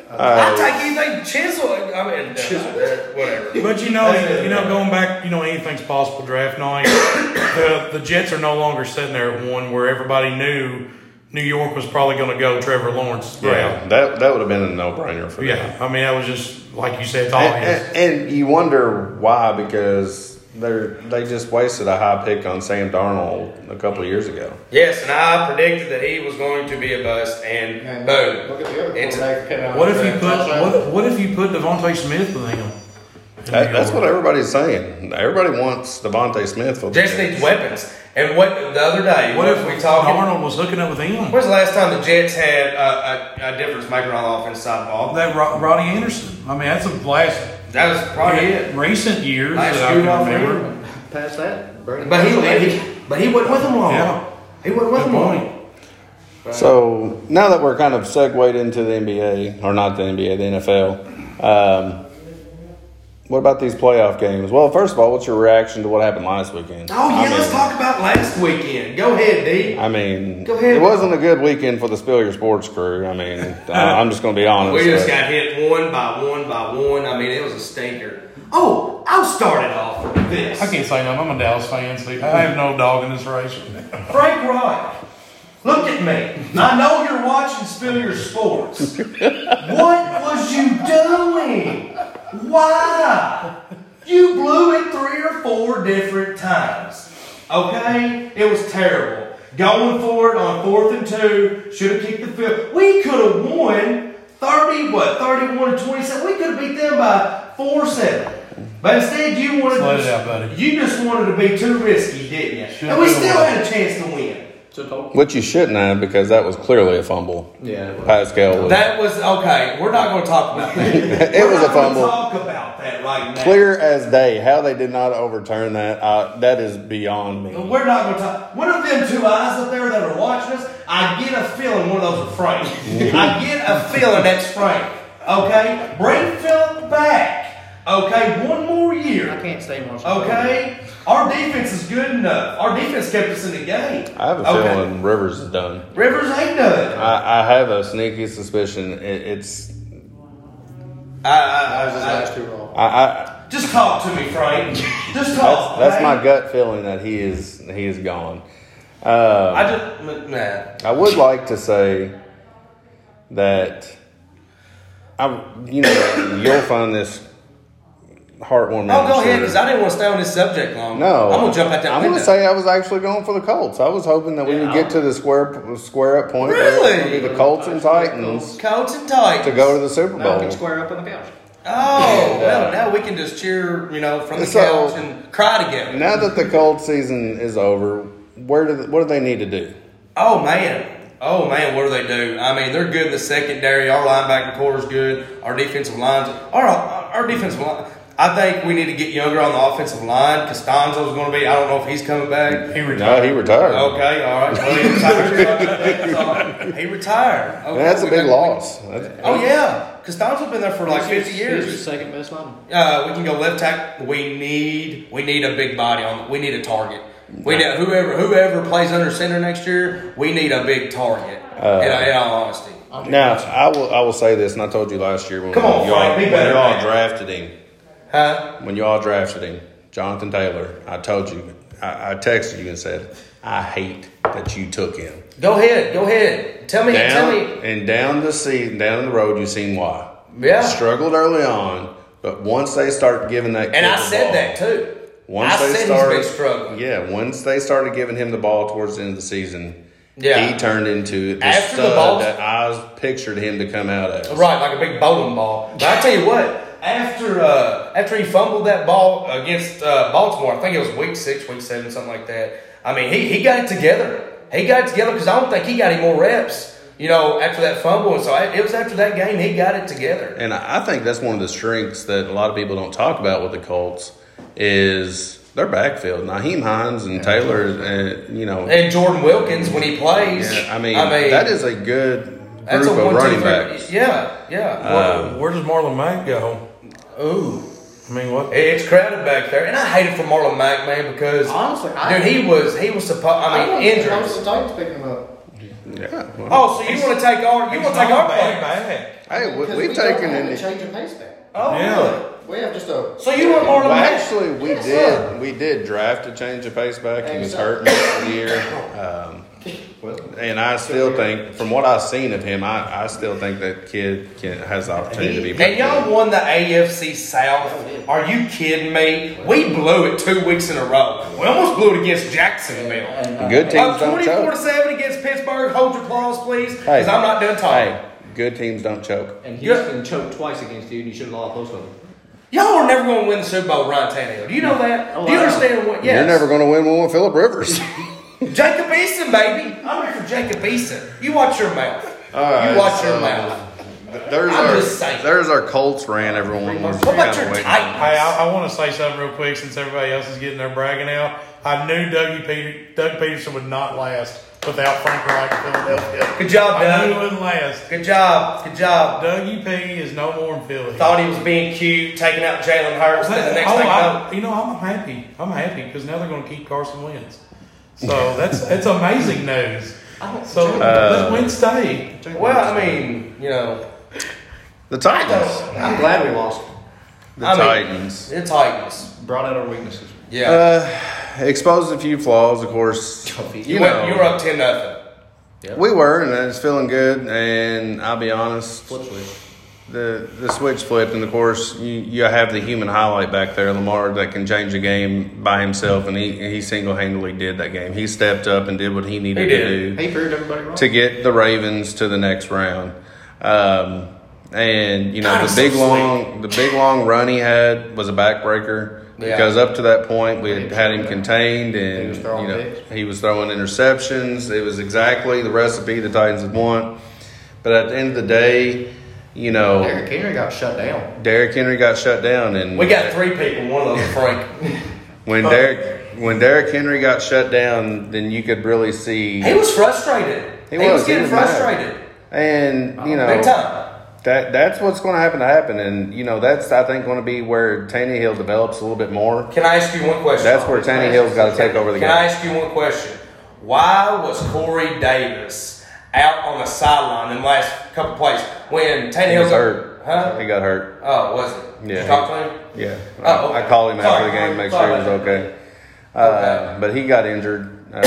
S2: Uh,
S1: I'll take anything chisel. I mean, chisel, whatever.
S3: But you know, you know, going back, you know, anything's possible draft night. the, the Jets are no longer sitting there at one where everybody knew New York was probably going to go Trevor Lawrence.
S2: Yeah, that that would have been a no brainer for them.
S3: yeah. I mean, that was just like you said, it's
S1: Oh,
S3: obvious.
S2: And, and, and you wonder why because they they just wasted a high pick on Sam Darnold a couple of years ago.
S1: Yes, and I predicted that he was going to be a bust, and,
S4: And
S1: boom.
S4: Look at the other
S1: It's-
S4: quarterback coming out
S3: What if
S4: with
S3: you
S4: that
S3: put
S4: touchdown.
S3: what, what if you put Devontae Smith with him?
S2: That, that's what everybody's saying. Everybody wants Devontae Smith for the
S1: Just
S2: Jets.
S1: needs weapons. And what the other day?
S3: What if
S1: we talking?
S3: Arnold was hooking up with him?
S1: When's the last time the Jets had a, a, a difference maker on the offensive side of the ball?
S3: That Ro- Ronnie Anderson. I mean, that's a last
S1: That was probably it.
S3: recent years
S1: Last
S3: that I
S1: year off
S3: can remember.
S1: remember.
S4: Past that, Brady.
S1: But he, but he, but he wasn't with them long.
S3: Yeah.
S1: He wasn't with
S3: Good
S1: them long.
S3: point.
S2: So now that we're kind of segued into the NBA, or not the NBA, the NFL, um, what about these playoff games? Well, first of all, what's your reaction to what happened last weekend?
S1: Oh yeah,
S2: I mean,
S1: let's talk about last weekend. Go ahead, D.
S2: I mean,
S1: Go ahead.
S2: it wasn't a good weekend for the Spill Your Sports crew. I mean, I- I'm just going to be honest.
S1: We just
S2: but-
S1: got hit one by one by one. I mean, it was a stinker. Oh, I'll start it off with this.
S3: I can't say nothing. I'm a Dallas fan. So I have no dog in this race.
S1: Frank Reich, look at me. I know you're watching Spill Your Sports. what was you doing? Why? You blew it three or four different times. Okay? It was terrible. Going for it on fourth and two, should have kicked the field. We could have won 30, what, 31 to 27. We could have beat them by 4 7. But instead, you wanted
S3: Slow
S1: to.
S3: it down, buddy.
S1: You just wanted to be too risky, didn't you?
S3: Should've
S1: and we
S3: been
S1: still
S3: away.
S1: had a chance to win.
S2: Which you shouldn't have because that was clearly a fumble.
S4: Yeah, it was.
S2: Pascal was.
S1: That was okay. We're not going to talk about that.
S2: It
S1: We're
S2: was a
S1: not gonna
S2: fumble.
S1: Talk about that right now.
S2: clear as day. How they did not overturn that, uh, that is beyond me.
S1: We're not going to talk. One of them two eyes up there that are watching us, I get a feeling one of those are Frank.
S2: Mm-hmm.
S1: I get a feeling that's Frank. Okay, bring Phil back. Okay, one more year.
S4: I can't stay much.
S1: Okay, our defense is good enough. Our defense kept us in the game.
S2: I have a
S1: Okay.
S2: feeling Rivers is done.
S1: Rivers ain't done.
S2: I, I have a sneaky suspicion it, it's.
S1: I, I,
S4: That was his
S1: I, I,
S4: last two roll.
S2: I, I
S1: just talk to me, Frank. Just
S2: that's,
S1: talk.
S2: that's
S1: okay?
S2: my gut feeling that he is he is gone. Uh,
S1: I just nah.
S2: I would like to say that I you know you'll find this heartwarming.
S1: Oh, go
S2: I'm
S1: ahead,
S2: sure.
S1: because I didn't want to stay on this subject long.
S2: No,
S1: I'm gonna jump out that
S2: I'm
S1: window.
S2: gonna say I was actually going for the Colts. I was hoping that we would get to the square square up point. where it's gonna
S1: Really?
S2: be the Colts and Titans
S1: Colts and Titans
S2: to go to the Super
S4: Now we
S2: Bowl.
S4: can square up on the couch.
S1: Oh, well, now we can just cheer, you know, from the
S2: So-
S1: couch and cry together.
S2: Now that the Colts season is over, where do what do they need to do?
S1: Oh man, oh man, what do they do? I mean, they're good in the secondary. Our linebacking core is good. Our defensive lines, our our defensive line. I think we need to get younger on the offensive line. Costanzo's going to be. I don't know if he's coming back.
S3: He retired.
S2: No, he retired.
S1: Okay, all right. Well, he retired. he retired.
S2: And
S1: Okay,
S2: that's a
S1: we
S2: big
S1: got-
S2: loss. That's-
S1: Oh yeah, Costanzo's been there for like fifty years.
S4: He's the second best lineman.
S1: Uh, we can go left tackle. We need we need a big body on. We need a target. We need, whoever whoever plays under center next year. We need a big target.
S2: Uh.
S1: in, in all honesty,
S2: Now I will I will say this, and I told you last year when
S1: Come on,
S2: y'all,
S1: Frank, be
S2: when
S1: better
S2: y'all
S1: than that.
S2: drafted him,
S1: huh?
S2: when y'all drafted him, Jonathan Taylor. I told you, I, I texted you and said, I hate that you took him.
S1: Go ahead, go ahead. Tell me, tell
S2: down
S1: me.
S2: and down the sea, down the road, you seen why.
S1: Yeah.
S2: Struggled early on, but once they start giving that,
S1: And
S2: kid
S1: I
S2: the
S1: said
S2: ball-
S1: that too.
S2: Once
S1: I
S2: they
S1: said
S2: started,
S1: he's been struggling.
S2: Yeah, once they started giving him the ball towards the end of the season,
S1: Yeah.
S2: he turned into the
S1: After the
S2: stud
S1: ball-
S2: that I was pictured him to come out as.
S1: Right, like a big bowling ball. But I tell you what, after uh, after he fumbled that ball against uh, Baltimore, I think it was week six, week seven, something like that. I mean, he, he got it together. He got it together because I don't think he got any more reps, you know, after that fumble. And so I, it was after that game he got it together.
S2: And I I think that's one of the strengths that a lot of people don't talk about with the Colts is their backfield. Naheem Hines and Taylor, and you know,
S1: And Jordan Wilkins, when he plays,
S2: I mean, that is a good group of
S1: one, two,
S2: running Um,
S1: three.
S2: backs.
S1: Yeah, yeah.
S3: Where, where does Marlon Mack go?
S1: Ooh.
S3: I mean, what?
S1: It's crowded back there, and I hate it for Marlon Mack, man, because
S4: Honestly, I-
S1: dude, he was he was supposed. I mean,
S4: don't think
S1: injured.
S4: Colts and Titans picking him up.
S2: Yeah. well,
S1: Oh, so you want to take our you want to take our
S6: bad
S1: players?
S6: back.
S2: hey, we,
S4: Because
S2: we've
S4: we
S2: taken
S4: don't have
S2: in.
S4: to change a pay stack.
S1: Oh,
S3: Yeah.
S1: really?
S4: We have just a.
S1: So you want more than
S2: Well,
S1: that?
S2: actually, we
S4: Yes,
S2: did.
S4: sir.
S2: We did draft a change of pace back. He was hurt most of the year. Um, and I still think, from what I've seen of him, I, I still think that kid can, has the opportunity to be.
S1: And y'all won the AFC South. Are you kidding me? We blew it two weeks in a row. We almost blew it against Jacksonville.
S2: good
S1: Up
S2: teams don't
S1: 24 to
S2: choke.
S1: 7 against Pittsburgh. Hold your claws, please,
S2: Hey.
S1: because I'm not done talking.
S2: Hey, good teams don't choke.
S6: And
S1: You're-
S6: Houston choked twice against you, and you should have lost both of them.
S1: Y'all are never going to win the Super Bowl, Ryan Tannehill. Do you know that? Do you
S4: I know.
S1: understand what? Yes.
S2: Oh, You're never going to win one with Philip Rivers.
S1: Jacob Eason, baby. I'm here for Jacob Eason. You watch your mouth.
S2: right,
S1: you watch your
S2: so-
S1: mouth.
S2: there's
S1: I'm
S2: our
S1: just saying.
S2: there's our Colts ran. Everyone was
S1: What about
S2: kinda
S1: your
S2: waiting.
S3: Hey,
S1: Titans?
S3: I, I want to say something real quick since everybody else is getting their bragging out. I knew Dougie Peter, Doug Peterson would not last without Frank Reich in Philadelphia.
S1: Good job,
S3: I
S1: Doug.
S3: knew he wouldn't last.
S1: Good job. Good job.
S3: Dougie P is no more in Philly.
S1: Thought he was being cute, taking out Jalen Hurts. Then the next
S3: Oh,
S1: thing you know,
S3: I- you know, I'm happy. I'm happy because now they're going to keep Carson Wentz. So that's that's amazing news. So let Wentz stay.
S1: well, I mean, you know,
S2: The Titans.
S4: I'm glad we lost.
S2: The
S1: I mean-
S2: Titans.
S1: the Titans.
S6: Brought out our weaknesses.
S1: Yeah.
S2: Uh, exposed a few flaws, of course.
S1: you,
S2: You
S1: went-
S2: know,
S1: you were up ten nothing.
S2: we were, and it's feeling good. And I'll be honest, the the switch flipped, and of course you, you have the human highlight back there, Lamar, that can change a game by himself, and he he single handedly did that game. He stepped up and did what he needed to
S1: He did.
S2: do.
S4: He proved everybody wrong.
S2: to get the Ravens to the next round. Um, and you know the big long the big long run he had was a backbreaker
S1: Yeah.
S2: because up to that point we had had him contained and
S4: He was
S2: you
S4: throwing
S2: know
S4: picks.
S2: he was throwing interceptions. It was exactly the recipe the Titans would want. But at the end of the day, you know
S4: Derrick Henry got shut down.
S2: Derrick Henry got shut down and
S1: We got three people. One of them, Frank.
S2: when Derrick when Derrick Henry got shut down, then you could really see
S1: He was frustrated.
S2: He
S1: He,
S2: was.
S1: was,
S2: He
S1: getting
S2: was mad.
S1: frustrated.
S2: and
S4: Oh,
S2: you know
S1: Big time.
S2: That that's what's going to happen to happen, and you know that's I think going to be where Tannehill develops a little bit more.
S1: Can I ask you one question?
S2: That's where Tannehill's got to take over the
S1: Can I
S2: game.
S1: ask you one question? Why was Corey Davis out on the sideline in the last couple plays when Tannehill
S2: He was hurt.
S1: Huh?
S2: He got hurt.
S1: Oh, was it? Did
S2: Yeah.
S1: you talk to him?
S2: Yeah,
S1: Oh, okay.
S2: I, I called him after
S1: Sorry.
S2: the game, make sure
S1: Sorry
S2: he was
S1: about
S2: okay.
S1: Okay.
S2: Uh, but he got injured uh,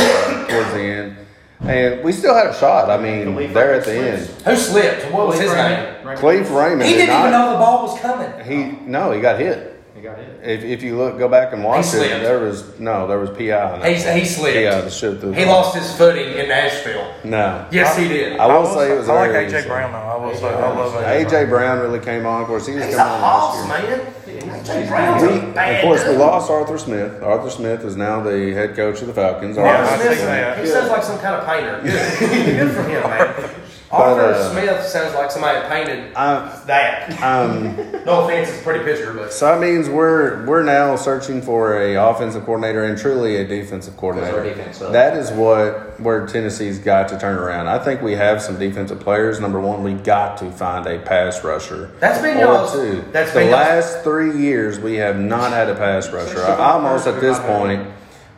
S2: towards the end, and we still had a shot. I mean, they're at the end.
S1: Who slipped? What was his name?
S2: Cleve Raymond.
S1: He
S2: did
S1: didn't even
S2: not,
S1: know the ball was coming.
S2: He no, he got hit.
S4: He got hit.
S2: If, if you look, go back and watch it.
S1: slipped.
S2: There was no, there was PI. on that
S1: He,
S2: one.
S1: he slipped.
S2: PI that should through.
S1: He lost his footing in Nashville.
S2: No,
S1: Yes, he did.
S2: I will say it was.
S3: I like
S2: very
S3: AJ
S2: easy.
S3: Brown though. I will say I love AJ.
S2: AJ Brown really came on. Of course, he was
S1: He's
S2: coming
S1: a
S2: on
S1: hoss,
S2: last year.
S1: man. Jay
S2: We,
S1: Brown's a
S2: of
S1: bad
S2: course, we
S1: dude.
S2: lost Arthur Smith. Arthur Smith is now the head coach of the Falcons.
S3: I
S1: Arthur
S3: think
S1: Smith,
S3: that-
S1: he sounds like some kind of painter. Good, Good for him, man. Arthur
S2: uh,
S1: Smith sounds like somebody that painted
S2: I,
S1: that.
S2: um,
S1: No offense, it's a pretty picture, but
S2: so that means we're we're now searching for a offensive coordinator and truly a defensive coordinator.
S6: defense sucks.
S2: that is what where Tennessee's got to turn around. I think we have some defensive players. Number one, we got to find a pass rusher.
S1: That's been
S2: Or
S1: y'all's-
S2: two.
S1: that's
S2: the
S1: been y'all's-
S2: last three years we have not had a pass rusher. I almost at this point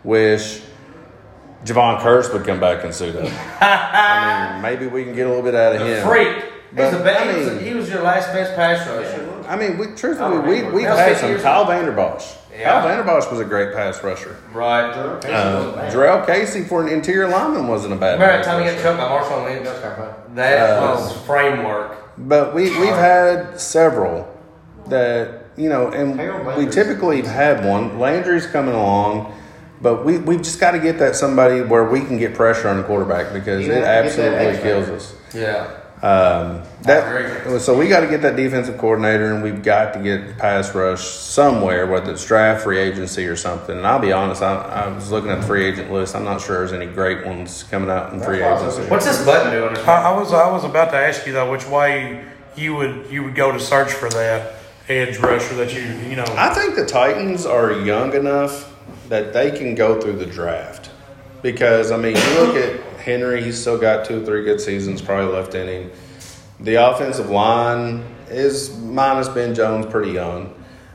S2: wish Javon Curse would come back and suit up. I mean, maybe we can get a little bit out of him.
S1: freak.
S2: But,
S1: He's a bad,
S2: I
S1: he was-
S2: mean-
S1: he was your last best pass rusher.
S2: I mean, we
S4: Oh,
S2: truthfully, we we
S1: That was
S2: had
S1: 50
S2: some.
S1: years
S2: Kyle Vanderbosch.
S1: Yeah.
S2: Kyle Vanderbosch was a great pass rusher.
S1: Right.
S4: Oh,
S2: Uh, Jarrell Casey for an interior lineman wasn't a bad.
S1: Remember that
S2: pass
S1: time he got
S2: rusher.
S1: choked by Marshawn Lynch? That was framework.
S2: But we we've had several that you know,
S4: Harold
S2: and we
S4: Landry's-
S2: typically have had one. Landry's coming along, but we we've just got to get that somebody where we can get pressure on the quarterback because
S4: You
S2: it
S4: have to get that
S2: absolutely
S4: X
S2: kills
S4: factor.
S2: us.
S1: Yeah.
S2: Um,
S1: agree.
S2: that so we got to get that defensive coordinator, and we've got to get the pass rush somewhere, whether it's draft, free agency, or something. And I'll be honest, I, I was looking at the free agent list. I'm not sure there's any great ones coming out in free
S4: why I was
S2: agency.
S1: What's this button doing?
S3: I, I was I was about to ask you though which way you would you would go to search for that edge rusher that you you know.
S2: I think the Titans are young enough that they can go through the draft because I mean, you look at Henry; he's still got two, three good seasons probably left in him. The offensive line is minus Ben Jones, pretty young.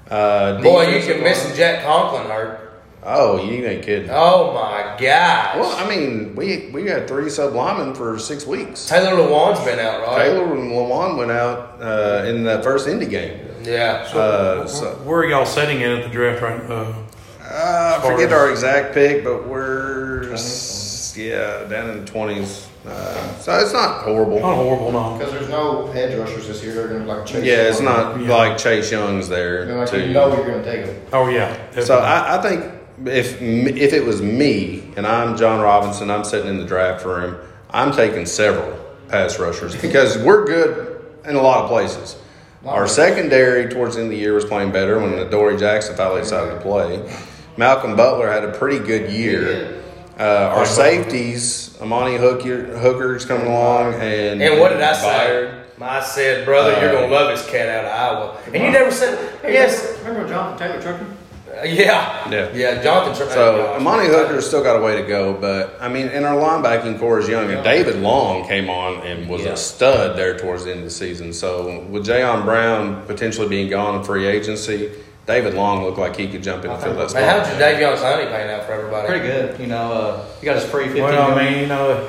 S2: Uh,
S1: Boy, you
S2: defensive
S1: can miss Jack Conklin hurt.
S2: Oh, you ain't kidding.
S1: Oh my gosh.
S2: Well, I mean, we we had three sub linemen for six weeks.
S1: Taylor Lewan's been out, right?
S2: Taylor and Lawan went out uh, in the first Indy game.
S1: Yeah.
S2: Uh,
S3: Where,
S2: so
S3: where are y'all setting it at the draft rank? Uh,
S2: uh, I forget our exact pick, but we're s- yeah down in the twenties. Uh, so it's not horrible.
S3: not horrible, no.
S4: Because there's no edge rushers this year. They're going to like chase.
S2: Yeah, it's
S4: you.
S2: not
S3: Yeah.
S2: like Chase Young's
S4: They're
S2: there.
S4: like you
S2: too.
S4: know you're going to take them.
S3: Oh yeah. definitely.
S2: So I, I think if if it was me and I'm John Robinson, I'm sitting in the draft room. I'm taking several pass rushers because we're good in a lot of places. Our secondary towards the end of the year was playing better when the Dory Jackson finally decided to play. Malcolm Butler had a pretty good year. Uh, our safeties, Amani Hooker, Hooker's coming along, and
S1: and what did I say? I said, brother, you're gonna love this cat out of Iowa. And you never said yes.
S4: Remember Jonathan Taylor Trucking?
S1: Yeah.
S2: Yeah.
S1: Yeah. Jonathan. Tr-
S2: So Amani Hooker's still got a way to go, but I mean, in our linebacking core is young, and David Long came on and was a stud there towards the end of the season. So with Jayon Brown potentially being gone in free agency, David Long looked like he could jump in and fill that
S1: Man, how'd
S2: spot.
S1: your Davion Clowney pan out for everybody?
S6: Pretty good. You know, uh, he got his free 15.
S3: well, I
S6: million.
S3: mean, you know,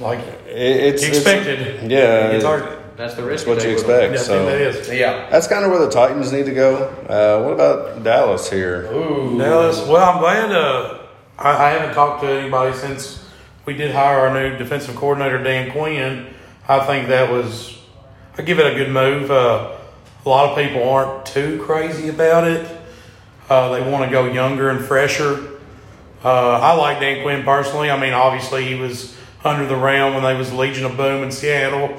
S3: like
S2: It- It's it's-
S3: expected.
S2: yeah,
S3: it's hard.
S6: That's the risk.
S2: It's what
S6: you
S2: you
S6: take with him.
S3: Yeah, I
S2: expect.
S3: think that
S2: So
S3: is.
S1: Yeah.
S2: that's kind of where the Titans need to go. Uh, what about Dallas here?
S1: Ooh.
S3: Dallas. Well, I'm glad. Uh, I, I haven't talked to anybody since we did hire our new defensive coordinator, Dan Quinn. I think that was. I give it a good move. Uh, a lot of people aren't too crazy about it. Uh, they want to go younger and fresher. Uh, I like Dan Quinn personally. I mean, obviously he was under the round when they was Legion of Boom in Seattle.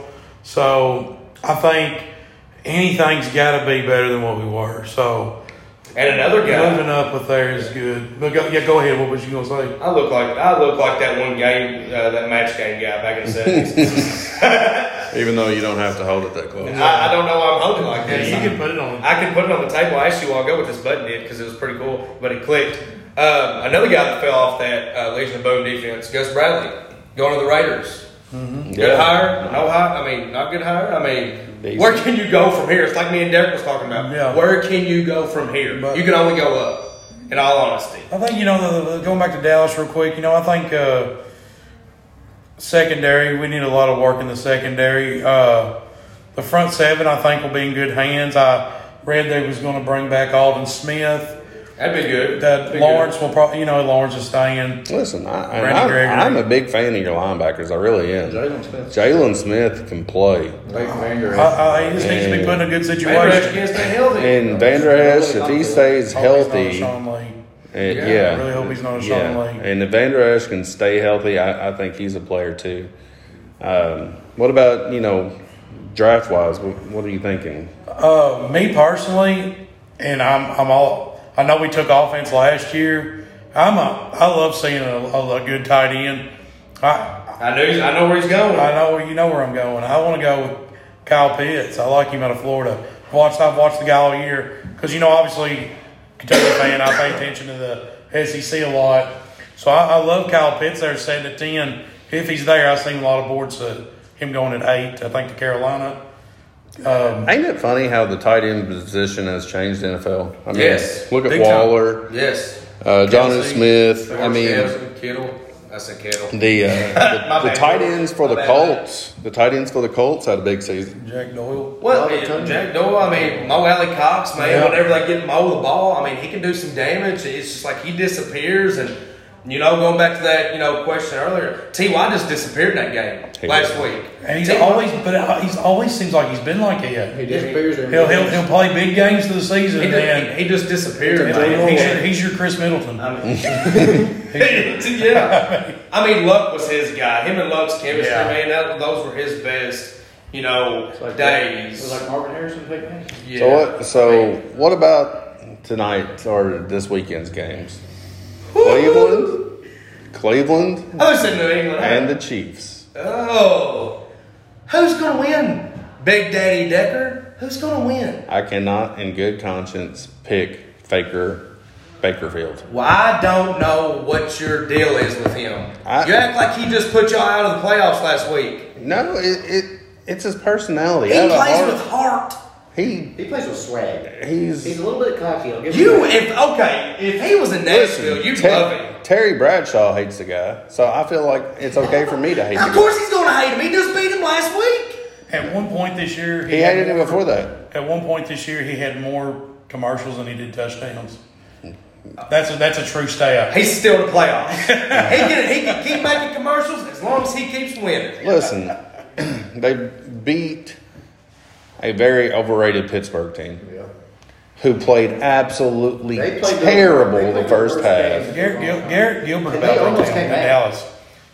S3: So I think anything's got to be better than what we were. So
S1: And another guy.
S3: Moving up with there is good. But go, yeah, go ahead. What was you gonna say?
S1: I look like I look like that one game, uh, that match game guy back in the seventies.
S2: Even though you don't have to hold it that close.
S1: I, I don't know why I'm holding like that.
S3: you can put it on.
S1: I can put it on the table. I asked you while ago what this button did because it was pretty cool, but it clicked. Um, another guy that fell off that uh, Legion of Boom defense, Gus Bradley, going to the Raiders. Good hire, no hire. I mean, not good hire. I mean,
S2: Decent.
S1: where can you go from here? It's like me and Derek was talking about.
S3: Yeah.
S1: Where can you go from here?
S3: But-
S1: you can only go up. In all honesty,
S3: I think you know the, the, going back to Dallas real quick. You know, I think uh, secondary. We need a lot of work in the secondary. Uh, the front seven, I think, will be in good hands. I read they was going to bring back Alden Smith.
S1: that'd be good. That'd
S3: That
S1: be
S3: Lawrence will probably, you know, Lawrence is staying.
S2: Listen, I, and
S3: Randy Gregory.
S2: I'm, I'm a big fan of your linebackers. I really am.
S6: Jalen Smith.
S2: Jalen Smith can play.
S4: Leighton Vander
S3: I, I, he just needs to be
S2: Yeah.
S3: put in a good
S1: Good. Man, Rex
S3: situation.
S1: can't stay healthy.
S2: And Vander Esch, if he stays
S3: I hope he's not a
S2: healthy,
S3: Sean Lee.
S2: and-
S1: Yeah,
S2: yeah,
S1: I
S3: I really hope he's not a Sean
S2: yeah.
S3: Lee.
S2: And if Vander Esch can stay healthy, I, I think he's a player too. Um, what about you know, draft wise? What, what are you thinking?
S3: Uh, me personally, and I'm I'm all I know we took offense last year. I'm a I love seeing a, a, a good tight end. I
S1: I know. I know where he's going.
S3: I know you know where I'm going. I want to go with Kyle Pitts. I like him out of Florida. Watched I've watched the guy all year because you know obviously Kentucky fan. I pay attention to the SEC a lot, so I, I love Kyle Pitts there sitting at ten. If he's there, I've seen a lot of boards uh, him going at eight. I think to Carolina.
S2: Ain't it funny how the tight end position has changed the NFL? I mean,
S1: Yes.
S2: Look at
S3: Big time.
S2: Waller,
S1: Yes.
S2: uh, Jonathan
S1: Kelsey.
S2: Smith. I mean,
S1: Kittle, Kittle. I said Kittle.
S2: the uh,
S1: My
S2: the, the
S1: bad.
S2: tight ends for
S1: My
S2: the
S1: bad.
S2: Colts. The tight ends for the Colts had a big season.
S3: Jack Doyle.
S1: Well,
S4: Robert
S1: eh,
S4: Tony.
S1: Jack Doyle, I mean, Mo Alley Cox, man,
S3: Yeah.
S1: whenever they get Mo the ball, I mean, he can do some damage. It's just like he disappears. And, you know, going back to that, you know, question earlier, T.Y. just disappeared in that game
S2: He
S1: last
S2: did.
S1: week.
S3: And he's
S1: T.Y.
S3: always, but he's always seems like he's been like that.
S4: He disappears every
S3: He'll he'll, he'll play big games for the season,
S1: He,
S3: and
S1: did,
S3: then
S1: he, he just disappeared.
S3: he's,
S1: man. He
S3: your,
S1: should-
S3: he's your Chris Middleton.
S1: yeah. I mean, Luck was his guy. Him and Luck's chemistry,
S3: Yeah.
S1: man, that, those were his best, you know,
S4: It
S1: days.
S4: was like Marvin Harrison taking it.
S1: yeah.
S2: So what? So what about tonight or this weekend's games? Cleveland, Cleveland,
S1: I was in New England.
S2: and the Chiefs.
S1: Oh, who's gonna win? Big Daddy Decker. Who's gonna win?
S2: I cannot, in good conscience, pick Faker Bakerfield.
S1: Well, I don't know what your deal is with him.
S2: I-
S1: you act like he just put y'all out of the playoffs last week.
S2: No, it, it it's his personality.
S1: He
S2: I have a
S1: plays
S2: hard-
S1: with heart.
S2: He
S4: He plays with swag.
S2: he's
S4: He's a little bit cocky. I'll give him
S1: You
S4: that.
S1: if okay, if he was in Nashville, you'd
S2: Ter-
S1: love him.
S2: Terry Bradshaw hates the guy, so I feel like it's okay for me to hate
S1: Of
S2: the guy.
S1: course he's gonna hate him. He just beat him last week.
S3: At one point this year,
S2: He
S3: had
S2: hated him
S3: more-
S2: before that.
S3: At one point this year, he had more commercials than he did touchdowns. That's a, that's a true stay up.
S1: He's still in the playoffs. he can he can keep making commercials as long as he keeps winning.
S2: Listen, they beat a very overrated Pittsburgh team
S4: Yeah.
S2: who played absolutely
S4: They played the- they
S2: terrible
S4: played
S2: the
S4: the
S2: first
S4: first
S2: half.
S4: game.
S3: Garrett, Gil- Garrett Gilbert
S4: And
S3: about
S4: they
S3: that
S4: almost
S3: town
S4: came
S3: in
S4: back.
S3: Dallas.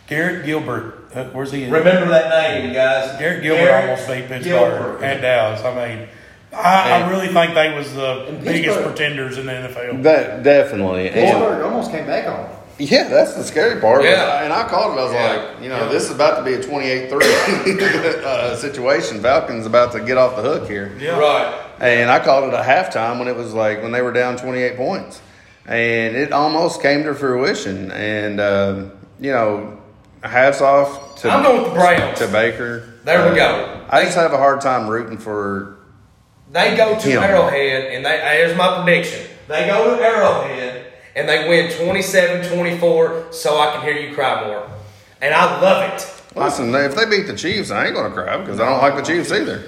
S3: Garrett Gilbert, uh, where's he? in?
S1: Remember that name, guys.
S3: Garrett Gilbert almost beat Pittsburgh
S1: Gilbert.
S3: at Dallas. I mean, I, I really think they was the
S4: And
S3: biggest
S4: Pittsburgh-
S3: pretenders in the NFL.
S2: That definitely. And,
S4: Pittsburgh almost came back on him.
S2: yeah, that's the scary part.
S1: Yeah.
S2: And I called him. I was
S1: Yeah.
S2: like, you know, this is about to be a 28-3 uh, situation. Falcons about to get off the hook here.
S3: Yeah.
S1: Right.
S2: And I called it a halftime when it was like when they were down 28 points. And it almost came to fruition. And, um, you know, hats off to,
S1: I'm going with the Browns.
S2: to Baker.
S1: There we go.
S2: I just have a hard time rooting for.
S1: They go to
S2: Him.
S1: Arrowhead and they here's my prediction. They go to Arrowhead and they win 27-24 so I can hear you cry more. And I love it.
S2: Listen, if they beat the Chiefs, I ain't going to cry because I don't like the Chiefs either.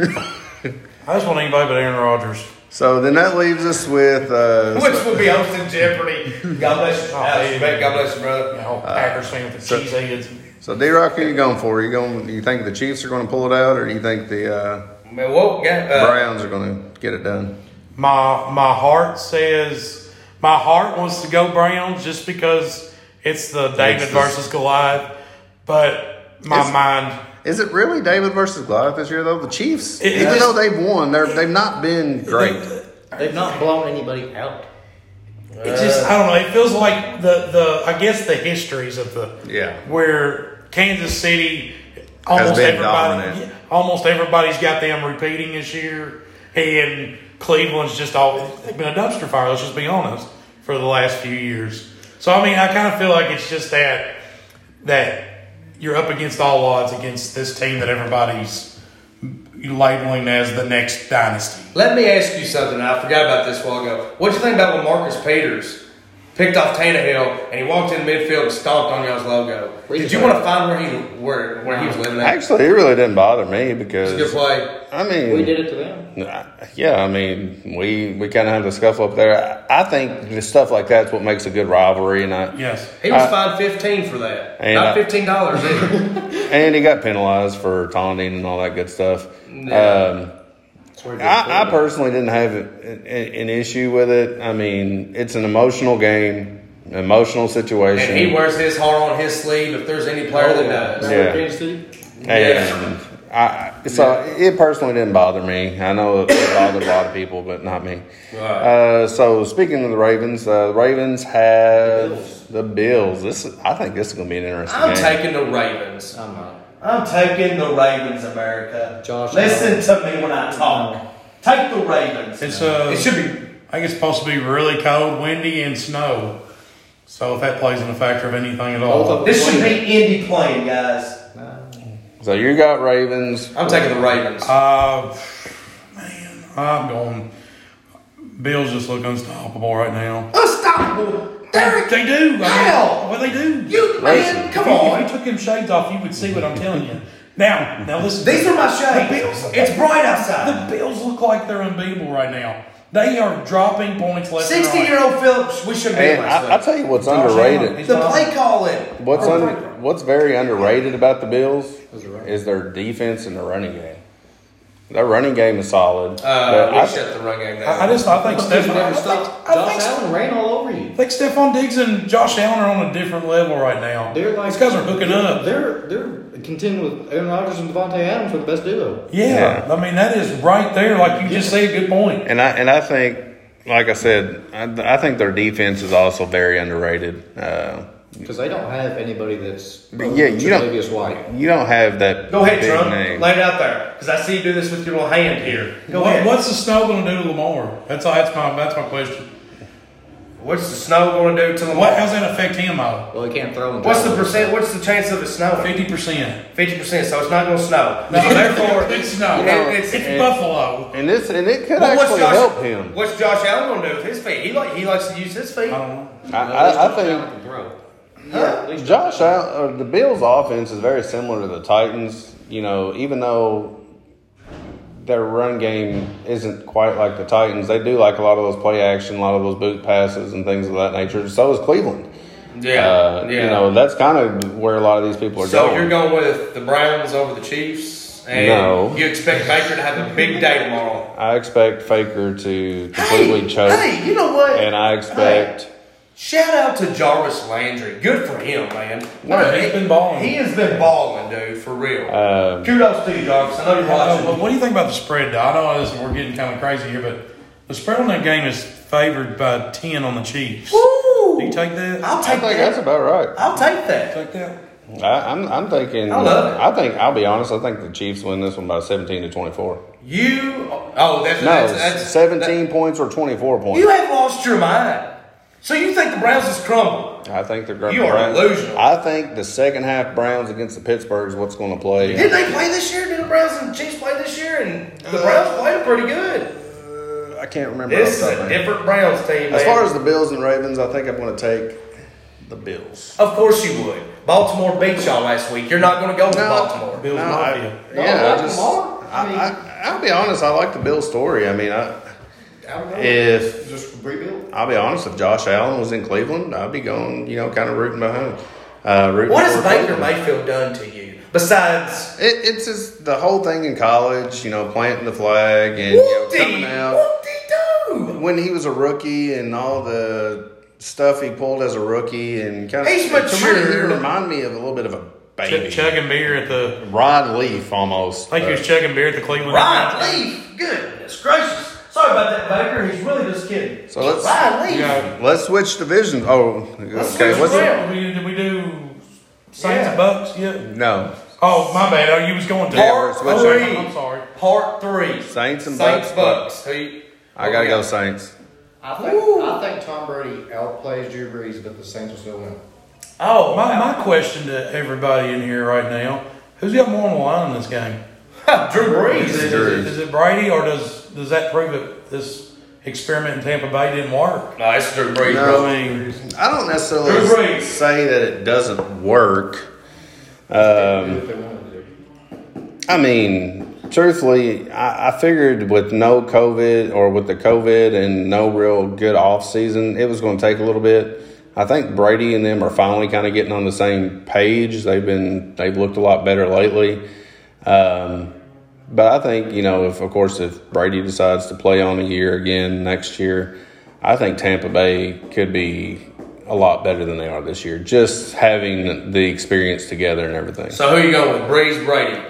S3: I just want anybody but Aaron Rodgers.
S2: so then that leaves us with. Uh,
S1: Which will be hosting Jeopardy. God bless you.
S3: Oh,
S1: Alex,
S3: yeah.
S1: God bless you, brother.
S3: You know, Packers fan with the
S2: Uh, so-
S3: cheese heads.
S2: so D Rock, who you going for? You going? You think the Chiefs are going to pull it out, or do you think the uh,
S1: Man, whoa, guy- uh,
S2: Browns are going to get it done?
S3: My my heart says my heart wants to go Browns just because it's the David
S2: It's the-
S3: versus Goliath, but my
S2: It's-
S3: mind
S2: Is it really David versus Goliath this year though? The Chiefs,
S3: It- it
S2: even
S3: just-
S2: though they've won, they're, they've not been great.
S4: They've not blown anybody out.
S3: It just I don't know. It feels like the the I guess the histories of the
S2: Yeah.
S3: where Kansas City almost
S2: been
S3: everybody
S2: dominant.
S3: almost everybody's got them repeating this year, and Cleveland's just all they've been a dumpster fire. Let's just be honest for the last few years. So I mean, I kind of feel like it's just that that you're up against all odds against this team that everybody's labeling as the next dynasty.
S1: Let me ask you something. I forgot about this a while ago. What you think about when Marcus Peters picked off Tannehill and he walked in midfield and stomped on y'all's logo? Did you want to find where he where where he was living at?
S2: Actually, it really didn't bother me
S1: Good
S2: because
S1: play.
S2: I mean,
S4: We did it to them.
S2: yeah, I mean, we we kind of had the scuffle up there. I, I think the stuff like that's what makes a good rivalry, and I,
S3: Yes.
S1: He was
S2: I-
S1: fined fifteen for that.
S2: And
S1: Not
S2: I-
S1: fifteen dollars either.
S2: and he got penalized for taunting and all that good stuff. Um, I, I personally didn't have a- a- an issue with it. I mean, it's an emotional game, emotional situation.
S1: and he wears his heart on his sleeve if there's any player that does.
S2: Yeah.
S4: Remember Kansas City?
S2: And I, so it personally didn't bother me. I know it bothered a lot of people, but not me. Uh, so speaking of the Ravens, uh, the Ravens have the Bills. This is, I think this is going to be an interesting
S1: I'm
S2: game.
S1: taking the Ravens.
S4: I'm not.
S1: I'm taking the Ravens, America.
S4: Josh
S1: Listen to me when I talk. Take the Ravens.
S3: It's uh,
S1: it should be.
S3: I think it's supposed to be really cold, windy, and snow. So if that plays in a factor of anything at
S4: Both
S3: all,
S4: of
S1: This should be Indy playing, guys.
S2: so you got Ravens.
S1: I'm taking the Ravens.
S3: uh, man, I'm going. Bills just look unstoppable right now.
S1: Unstoppable, Derek.
S3: They do. I mean,
S1: Hell!
S3: Well, they do.
S1: You
S2: Listen.
S1: man, come
S3: If you- If
S1: on.
S3: you took them shades off, you would see what I'm telling you. Now, now listen.
S1: These are my
S3: The
S1: shades.
S3: Bills.
S1: It's bright outside.
S3: The Bills look like they're unbeatable right now. They are dropping points left and right.
S1: Sixty-year-old Phillips. We should be
S2: And I, I'll
S1: last
S2: tell you what's
S3: Josh
S2: underrated.
S3: Allen.
S1: The play calling.
S2: What's
S1: Or
S2: under,
S1: play-
S2: what's very underrated about the Bills
S4: Is their running.
S2: is their defense and their running game. Their running game is solid.
S1: Uh,
S2: but
S1: we
S2: I-
S1: shut the run game
S3: I, I
S1: down.
S3: just I think Steph. I
S4: never
S3: think-
S4: stopped.
S3: I
S4: Josh
S3: think so.
S4: Allen ran all over you.
S3: Like Stephon Diggs and Josh Allen are on a different level right now.
S4: They're like
S3: These guys are hooking up.
S4: They're they're contending with Aaron Rodgers and Devontae Adams for the best duo.
S3: Yeah. I mean that is right there. Like you just say a good point.
S2: And I and I think, like I said, I, I think their defense is also very underrated. Uh,
S4: Because they don't have anybody that's uh,
S2: But yeah, you don't-
S4: Tre'Davious White.
S2: you don't have that.
S1: Go ahead,
S2: big
S1: Trump.
S2: name.
S1: Lay it out there, because I see you do this with your little hand here. Go
S3: What-
S1: ahead.
S3: What's the snow going to do to Lamar? That's all. That's my that's my question.
S1: What's the snow going to do to
S3: What?
S1: Lamar?
S3: How's that affect him out?
S6: Well, he can't throw him.
S1: What's the percent? What's the chance of it snowing?
S3: Fifty percent.
S1: Fifty percent. So it's not going to snow. So therefore,
S3: it's no.
S1: It- it's-
S3: It's Buffalo.
S2: And this and it could
S1: Well,
S2: actually
S1: Josh,
S2: help him.
S1: What's Josh Allen going to do with his feet? He like he likes to use his feet.
S3: I don't know.
S2: I, I, I think
S6: Throw.
S1: Huh?
S2: Josh, Allen, uh, the Bills' offense is very similar to the Titans. You know, even though their run game isn't quite like the Titans, they do like a lot of those play action, a lot of those boot passes, and things of that nature. So is Cleveland.
S1: Yeah,
S2: Uh,
S1: yeah.
S2: You know, that's kind of where a lot of these people are
S1: so
S2: going.
S1: you're going with the Browns over the Chiefs, and
S2: No.
S1: you expect Baker to have a big day tomorrow.
S2: I expect Faker to completely
S1: hey,
S2: choke,
S1: hey, you know what?
S2: and I expect.
S1: Shout out to Jarvis Landry. Good for him, man.
S3: No, he's been balling.
S1: He has been balling, dude, for real.
S2: Um,
S1: Kudos to you, Jarvis. I know you're
S3: Uh,
S1: watching.
S3: but what do you think about the spread? though? I know this, we're getting kind of crazy here, but the spread on that game is favored by ten on the Chiefs. Do you
S1: Woo!
S3: take that?
S1: I'll
S2: I
S1: take
S2: think that's
S1: that.
S2: about right.
S1: I'll take that.
S3: Take that.
S2: I, I'm, I'm thinking.
S1: I love it.
S2: I think I'll be honest. I think the Chiefs win this one by 17 to 24.
S1: You. Oh, that's
S2: No,
S1: that's, that's
S2: 17 points or 24
S1: that-
S2: points.
S1: you have lost your mind. So you think the Browns is crumbled?
S2: I think they're going
S1: You are delusional.
S2: I think the second half Browns against the Pittsburghs what's going to play.
S1: Did they play this year? Did the Browns and Chiefs play this year? And
S2: Uh,
S1: the Browns played pretty good.
S2: I can't remember.
S1: This is
S2: off the top
S1: a
S2: of my head.
S1: different Browns team.
S2: as
S1: man.
S2: far as the Bills and Ravens, I think I'm going to take the Bills.
S1: of course you would. Baltimore beat y'all last week. You're not going to go with
S2: No.
S1: Baltimore.
S3: Bills Mafia.
S4: No,
S2: yeah, I
S4: not
S2: just.
S4: tomorrow.
S2: I,
S4: I mean-
S2: I, I'll be honest. I like the Bills story. I mean, I,
S4: I don't know.
S2: if
S4: Just rebuild.
S2: I'll be honest, if Josh Allen was in Cleveland, I'd be going, you know, kind of rooting behind. Uh, rooting
S1: What has
S2: for
S1: Baker
S2: Cleveland.
S1: Mayfield done to you? Besides,
S2: It, it's just the whole thing in college, you know, planting the flag and you know, coming out.
S1: whoop-dee-doo.
S2: When he was a rookie and all the stuff he pulled as a rookie and kind of
S1: He's
S2: He
S1: matured.
S2: reminded me of a little bit of a baby.
S3: Ch- chugging beer at the.
S2: Rod Leaf almost. uh,
S3: I think he was chugging beer at the Cleveland.
S1: Ryan Leaf, goodness gracious. Sorry about that, Baker. He's really just kidding.
S2: So let's-
S1: Ryan Leaf.
S3: Yeah.
S2: Let's switch division. Oh, okay.
S1: switch
S2: What's
S1: around.
S3: Did we, did we do Saints
S1: Yeah.
S3: Bucks? Yeah.
S2: no
S3: Oh, my bad. Oh, you was going to.
S2: Yeah, we're
S1: Part
S2: switching.
S1: three.
S3: I'm sorry.
S1: Part three.
S2: Saints and
S1: Saints
S2: Bucks.
S1: Bucks. Oh, Who you-
S2: I gotta go Saints.
S4: I think, I think Tom Brady outplays Drew Brees, but the Saints will still win.
S1: Oh,
S3: My, my question to everybody in here right now who's got more on the line in this game?
S1: my. Drew
S3: Is
S1: Brees.
S3: it, is it, is it Brady or does does that prove that this experiment in Tampa Bay didn't work?
S1: No, it's Drew Brees.
S2: No.
S1: bro.
S3: I mean,
S2: I don't
S1: Drew
S2: necessarily
S1: Brees.
S2: say that it doesn't work. Um,
S4: if they wanted to.
S2: I mean, truthfully, I, I figured with no COVID or with the COVID and no real good off season, it was going to take a little bit. I think Brady and them are finally kind of getting on the same page. They've been they've looked a lot better lately. Um, but I think you know, if of course if Brady decides to play on the year again next year, I think Tampa Bay could be a lot better than they are this year. Just having the experience together and everything.
S1: So who you going with? Brees, Brady.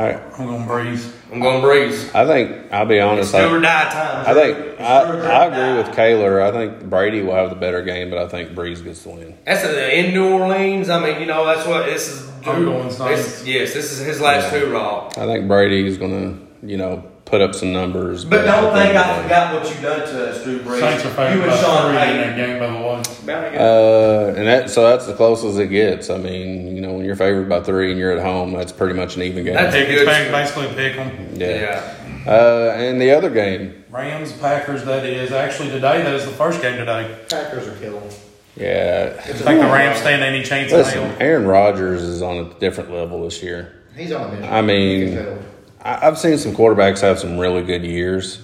S2: I,
S3: I'm going to breeze.
S1: I'm going Brees.
S2: I think I'll be honest.
S1: Do or
S2: I,
S1: die time.
S2: I think I, I agree with Kaylor. I think Brady will have the better game, but I think Breeze gets the win.
S1: That's a, in New Orleans. I mean, you know, that's what this is.
S3: I'm going Saints.
S1: this, yes, this is his last hoorah.
S2: I think Brady is going to you know put up some numbers.
S1: But don't think I forgot what you done to us, Drew Brees.
S3: Saints are favored
S1: you and
S3: by
S1: Sean
S3: three in
S1: Payton.
S3: that game, by the way.
S2: Uh, and that so that's the closest it gets. I mean, you know, when you're favored by three and you're at home, that's pretty much an even game.
S1: That's-
S3: Pick, it's
S1: good
S3: ba-
S1: spread.
S3: basically pick 'em.
S2: yeah.
S1: yeah.
S2: Uh, and the other game,
S3: Rams, Packers, that is. Actually, today, that is the first game today.
S4: Packers are killing.
S2: yeah.
S3: I think the Rams stand any chance of
S2: Listen,
S3: hell.
S2: Aaron Rodgers is on a different level this year.
S4: He's on a mission.
S2: I mean-
S4: You can tell.
S2: I, I've seen some quarterbacks have some really good years,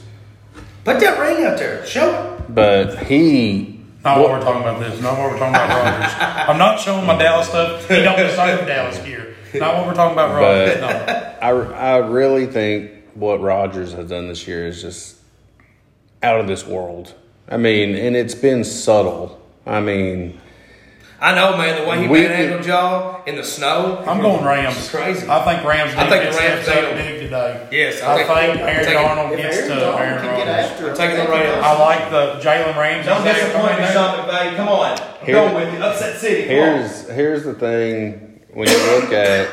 S1: Put that ring out there. Show it.
S2: but he
S3: Not what we're talking about this. Not what we're talking about Rodgers. I'm not showing my Dallas stuff. He don't deserve Dallas gear. Not what we're talking about Rodgers. No.
S2: I, I really think what Rodgers has done this year is just out of this world. I mean, and it's been subtle. I mean,
S1: I know, man. The way he
S2: We-
S1: manhandled y'all in the snow.
S3: I'm going Rams.
S1: It's crazy.
S3: I think Rams.
S1: I think
S3: defense
S1: Rams
S3: steps up
S1: do.
S3: big today.
S1: Yes, I
S3: I,
S1: think-
S3: think
S1: I'm
S3: Aaron
S1: taking-
S3: Donald
S4: If
S3: gets
S4: Aaron
S3: to
S4: Donald
S3: Aaron
S4: can get
S3: Rodgers.
S4: after him,
S1: Taking the
S4: they can
S1: Rams.
S4: go.
S3: I like the Jalen Rams.
S1: Don't
S3: Is that
S1: disappoint me,
S3: coming
S1: Sean McVay. Come on. I'm
S2: Here-
S1: going with it. Upset City. Come on.
S2: here's here's the thing when you look at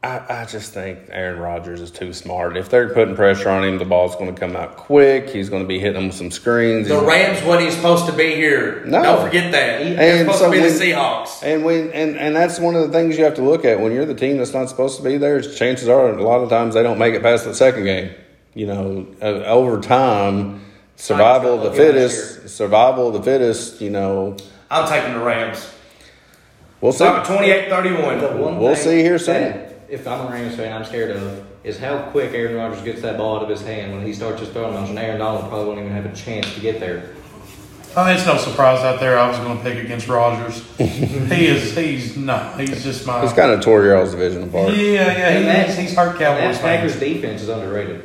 S2: I, I just think Aaron Rodgers is too smart. If they're putting pressure on him, the ball's going to come out quick. He's going to be hitting them with some screens.
S1: The
S2: He's-
S1: Rams when he's supposed to be here.
S2: No.
S1: Don't forget that. He- They're supposed to be the Seahawks.
S2: And when and, and that's one of the things you have to look at when you're the team that's not supposed to be there. Is chances are a lot of times they don't make it past the second game. You know, uh, over time, survival of the
S1: Yeah, this
S2: fittest. Survival of the fittest. You know,
S1: I'm taking the Rams.
S2: we'll see.
S1: Stop at 28
S6: The
S1: 31.
S6: one
S2: We'll
S6: thing
S2: see here soon.
S6: that If I'm a Rams fan, I'm scared of is how quick Aaron Rodgers gets that ball out of his hand when he starts his throwing motion. Aaron Donald probably won't even have a chance to get there.
S3: I mean, it's no surprise out there. I was going to pick against Rogers. he is. He's no. He's just my.
S2: It's kind of tore y'all's division apart.
S3: yeah, yeah.
S6: And
S3: He
S6: that-
S3: is. He's hard
S6: And
S3: Cowboys
S6: that Packers
S3: fan.
S6: defense is underrated.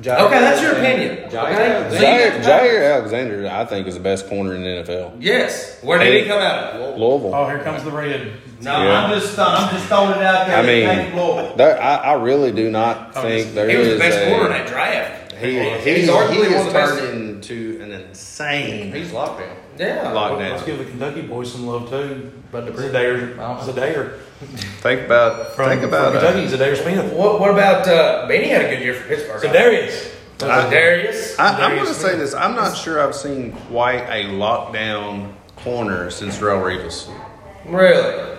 S6: Jair
S1: Okay, that's your
S6: Alexander-
S1: opinion.
S6: Jair
S1: Okay?
S6: Alexander-
S2: Jair, Jair Alexander, I think, is the best corner in the NFL.
S1: Yes. Where did he come out of?
S2: Louisville.
S3: Oh, here comes the red.
S1: No,
S2: Yeah.
S1: I'm just I'm just throwing it out there.
S2: I mean,
S1: Thank the Lord.
S2: That, I, I really do not
S3: Oh,
S2: think
S3: he's-
S2: there
S1: he was the
S2: is
S1: best corner in
S2: a.
S1: that draft.
S2: He,
S1: he's arguably one of the best.
S2: into an insane
S6: He's locked down.
S1: Yeah.
S3: Let's give the Kentucky boys some love too.
S6: But the
S3: Zadair, Zadair
S2: Think about
S3: from,
S2: think about
S3: from
S2: it.
S3: Kentucky. Zadair Smith.
S1: What, what about uh, Benny had a good year for Pittsburgh?
S3: Zadarius.
S1: Uh, Darius.
S2: I, I'm going to
S3: Darius
S2: say this. I'm not sure I've seen quite a lockdown corner since Darrell Revis,
S1: Really?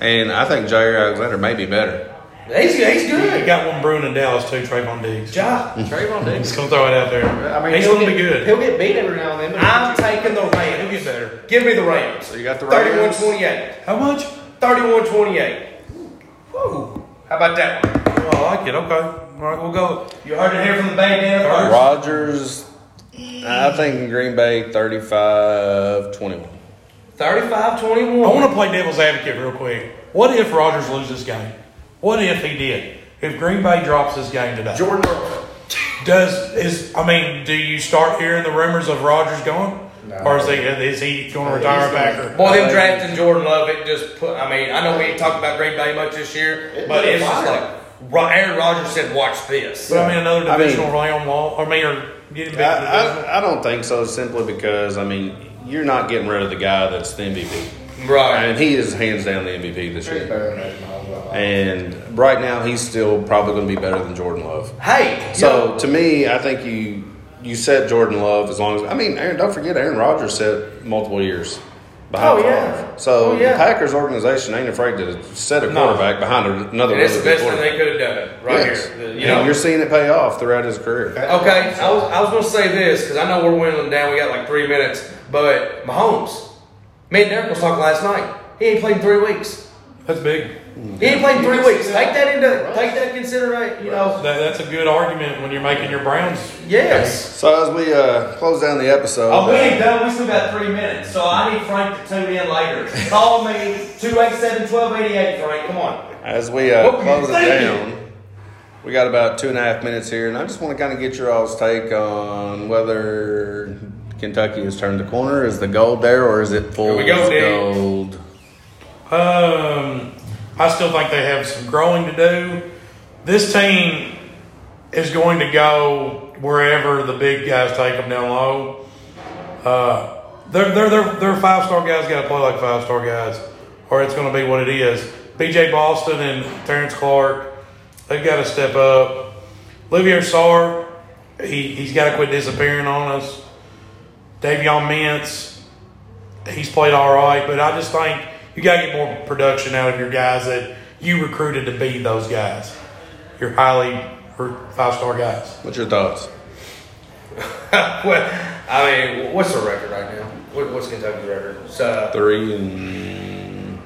S2: and I think Jair Alexander may be better.
S1: He's, he's
S3: We
S1: good.
S3: got one brewing in Dallas too. Trayvon Diggs.
S1: Ja.
S6: Trayvon
S3: Just
S6: Diggs.
S3: gonna throw it out there.
S6: I mean,
S3: he's
S6: he'll
S3: gonna
S6: get-
S3: be good.
S6: He'll get beat every now and then. But
S1: I'm taking the
S3: He'll
S1: Rams.
S3: get better.
S1: Give me the Rams.
S2: So you got the
S1: 31
S2: Rams.
S1: 28.
S3: How much?
S1: 31 28. How about that one?
S3: Oh, I like it. Okay. All right, we'll go.
S1: You heard it here from the Bay Dan first.
S2: Rodgers, I think in Green Bay, 35-21.
S1: 35
S3: I
S1: 21.
S3: want to play devil's advocate real quick. What if Rogers loses this game? What if he did? If Green Bay drops this game today,
S1: Jordan Love.
S3: does is I mean, do you start hearing the rumors of Rogers going, or is he is he going to retire a Packer?
S1: Boy, them drafting Jordan Love, it just put. I mean, I know we ain't talked about Green Bay much this year,
S4: It
S1: but
S4: put a
S1: it's just
S4: fire.
S1: like Ro- Aaron Rodgers said, "Watch this."
S3: But I mean, another
S2: I mean-
S3: divisional round wall, or I mean, or getting
S2: I,
S3: back to divisional.
S2: I, I don't think so. Simply because I mean you're not getting rid of the guy that's the MVP,
S1: Right?
S2: and he is hands down the MVP this
S4: He's
S2: year.
S4: better than Patrick Mahomes.
S2: And right now he's still probably going to be better than Jordan Love.
S1: Hey,
S2: So to me, I think you you set Jordan Love as long as I mean, Aaron, don't forget Aaron Rodgers set multiple years. Behind
S1: Oh,
S2: Favre.
S1: yeah.
S2: So
S1: Oh, yeah.
S2: the Packers organization ain't afraid to set a quarterback behind another.
S1: and it's the
S2: really good
S1: best thing they
S2: quarterback.
S1: could have done, right
S2: Yes.
S1: here. The-
S2: and
S1: you know,
S2: you're seeing it pay off throughout his career.
S1: Okay, I was, I was going to say this because I know we're winding down. We got like three minutes, but Mahomes, me and Derek was talking last night. He ain't played in three weeks.
S3: That's big.
S1: He ain't played in three weeks. Take that into take that consideration. You know,
S3: That, that's a good argument when you're making your Browns.
S1: yes.
S2: So as we uh, close down the episode,
S1: ain't done. We still got three minutes, so I need Frank to tune in later. Call me 287-1288, Frank. Come on.
S2: As we uh,
S1: What were you
S2: close it
S1: thinking?
S2: down, we got about two and a half minutes here, and I just want to kind of get your all's take on whether Kentucky has turned the corner. Is the gold there, or is it full
S1: we go,
S2: of
S1: Dave.
S2: gold?
S3: Um, I still think they have some growing to do. This team is going to go wherever the big guys take them down low. Uh, they're they're they're, they're five star guys. Got to play like five star guys, or it's going to be what it is. B.J. Boston and Terrence Clark, they've got to step up. Olivier Sarr, he he's got to quit disappearing on us. Davion Mintz, he's played all right, but I just think you got to get more production out of your guys that you recruited to be those guys. Your highly five star guys.
S2: What's your thoughts?
S1: Well, I mean, what's their record right now? What, what's Kentucky's record? So
S2: Three and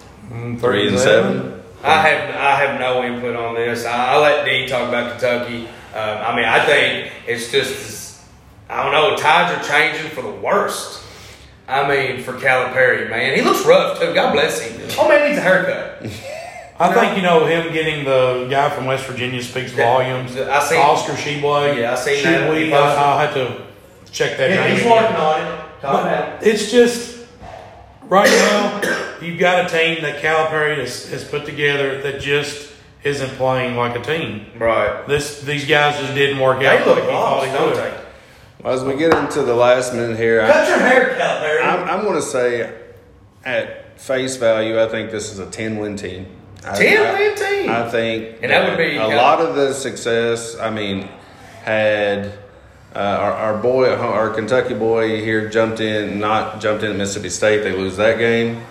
S3: Three
S2: three and seven.
S1: I have I have no input on this. I, I let D talk about Kentucky. Um, I mean, I think it's just I don't know. Tides are changing for the worst. I mean, for Calipari, man, he looks rough too. God bless him. Oh man, he needs a haircut.
S3: I think you know him getting the guy from West Virginia speaks
S1: Yeah.
S3: volumes.
S1: I seen-
S3: Oscar Sheboy.
S1: Yeah, I seen that.
S3: Sheboy.
S1: He
S3: I,
S1: posted.
S3: I'll have to check that. out.
S1: on it.
S3: But it's just right now you've got a team that Calipari has, has put together that just isn't playing like a team.
S1: Right.
S3: This these guys just didn't work
S1: They
S3: out.
S1: look
S3: like he thought
S1: lost,
S3: he
S1: don't
S3: would.
S1: they?
S2: As we get into the last minute here, I,
S1: Cut your hair, Calipari.
S2: I'm, I'm going to say at face value, I think this is a 10 win team. I-
S1: 10
S2: I-
S1: win team.
S2: I think,
S1: And that would be
S2: a
S1: kinda-
S2: lot of the success. I mean, had uh, our, our boy, at home- our Kentucky boy here, jumped in, not jumped in at Mississippi State. They lose that game,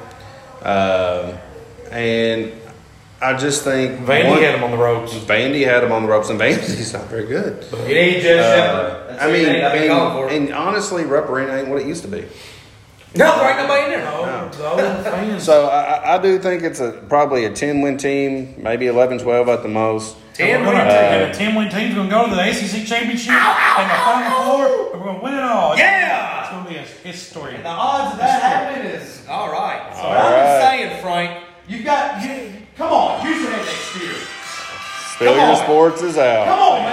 S2: um, and I just think
S3: Vandy
S2: one-
S3: had him on the ropes.
S2: Vandy had him on the ropes, and Vandy's not very good.
S1: It ain't Judge Shepard.
S2: Uh,
S1: That's
S2: I
S1: who
S2: mean,
S1: it ain't. I've been
S2: and,
S1: calling for it.
S2: and honestly, Rupp Arena ain't what it used to be.
S1: No, there ain't nobody in there.
S3: Oh, the old fans.
S2: So I, I- I do think it's a probably a ten win team, maybe 11, 12 at the most.
S3: We're
S1: 10
S3: gonna,
S1: win
S3: and a 10 win team's going to go to the ACC Championship and the Final Four. and We're going to win it all. It's
S1: Yeah!
S3: gonna be- It's going to be a history.
S1: The odds of that happening is all right. So
S2: All
S1: I'm
S2: right.
S1: saying, Frank, you got you. Come on, Houston next year.
S2: Failure
S1: on.
S2: Sports is out.
S1: Come on, man.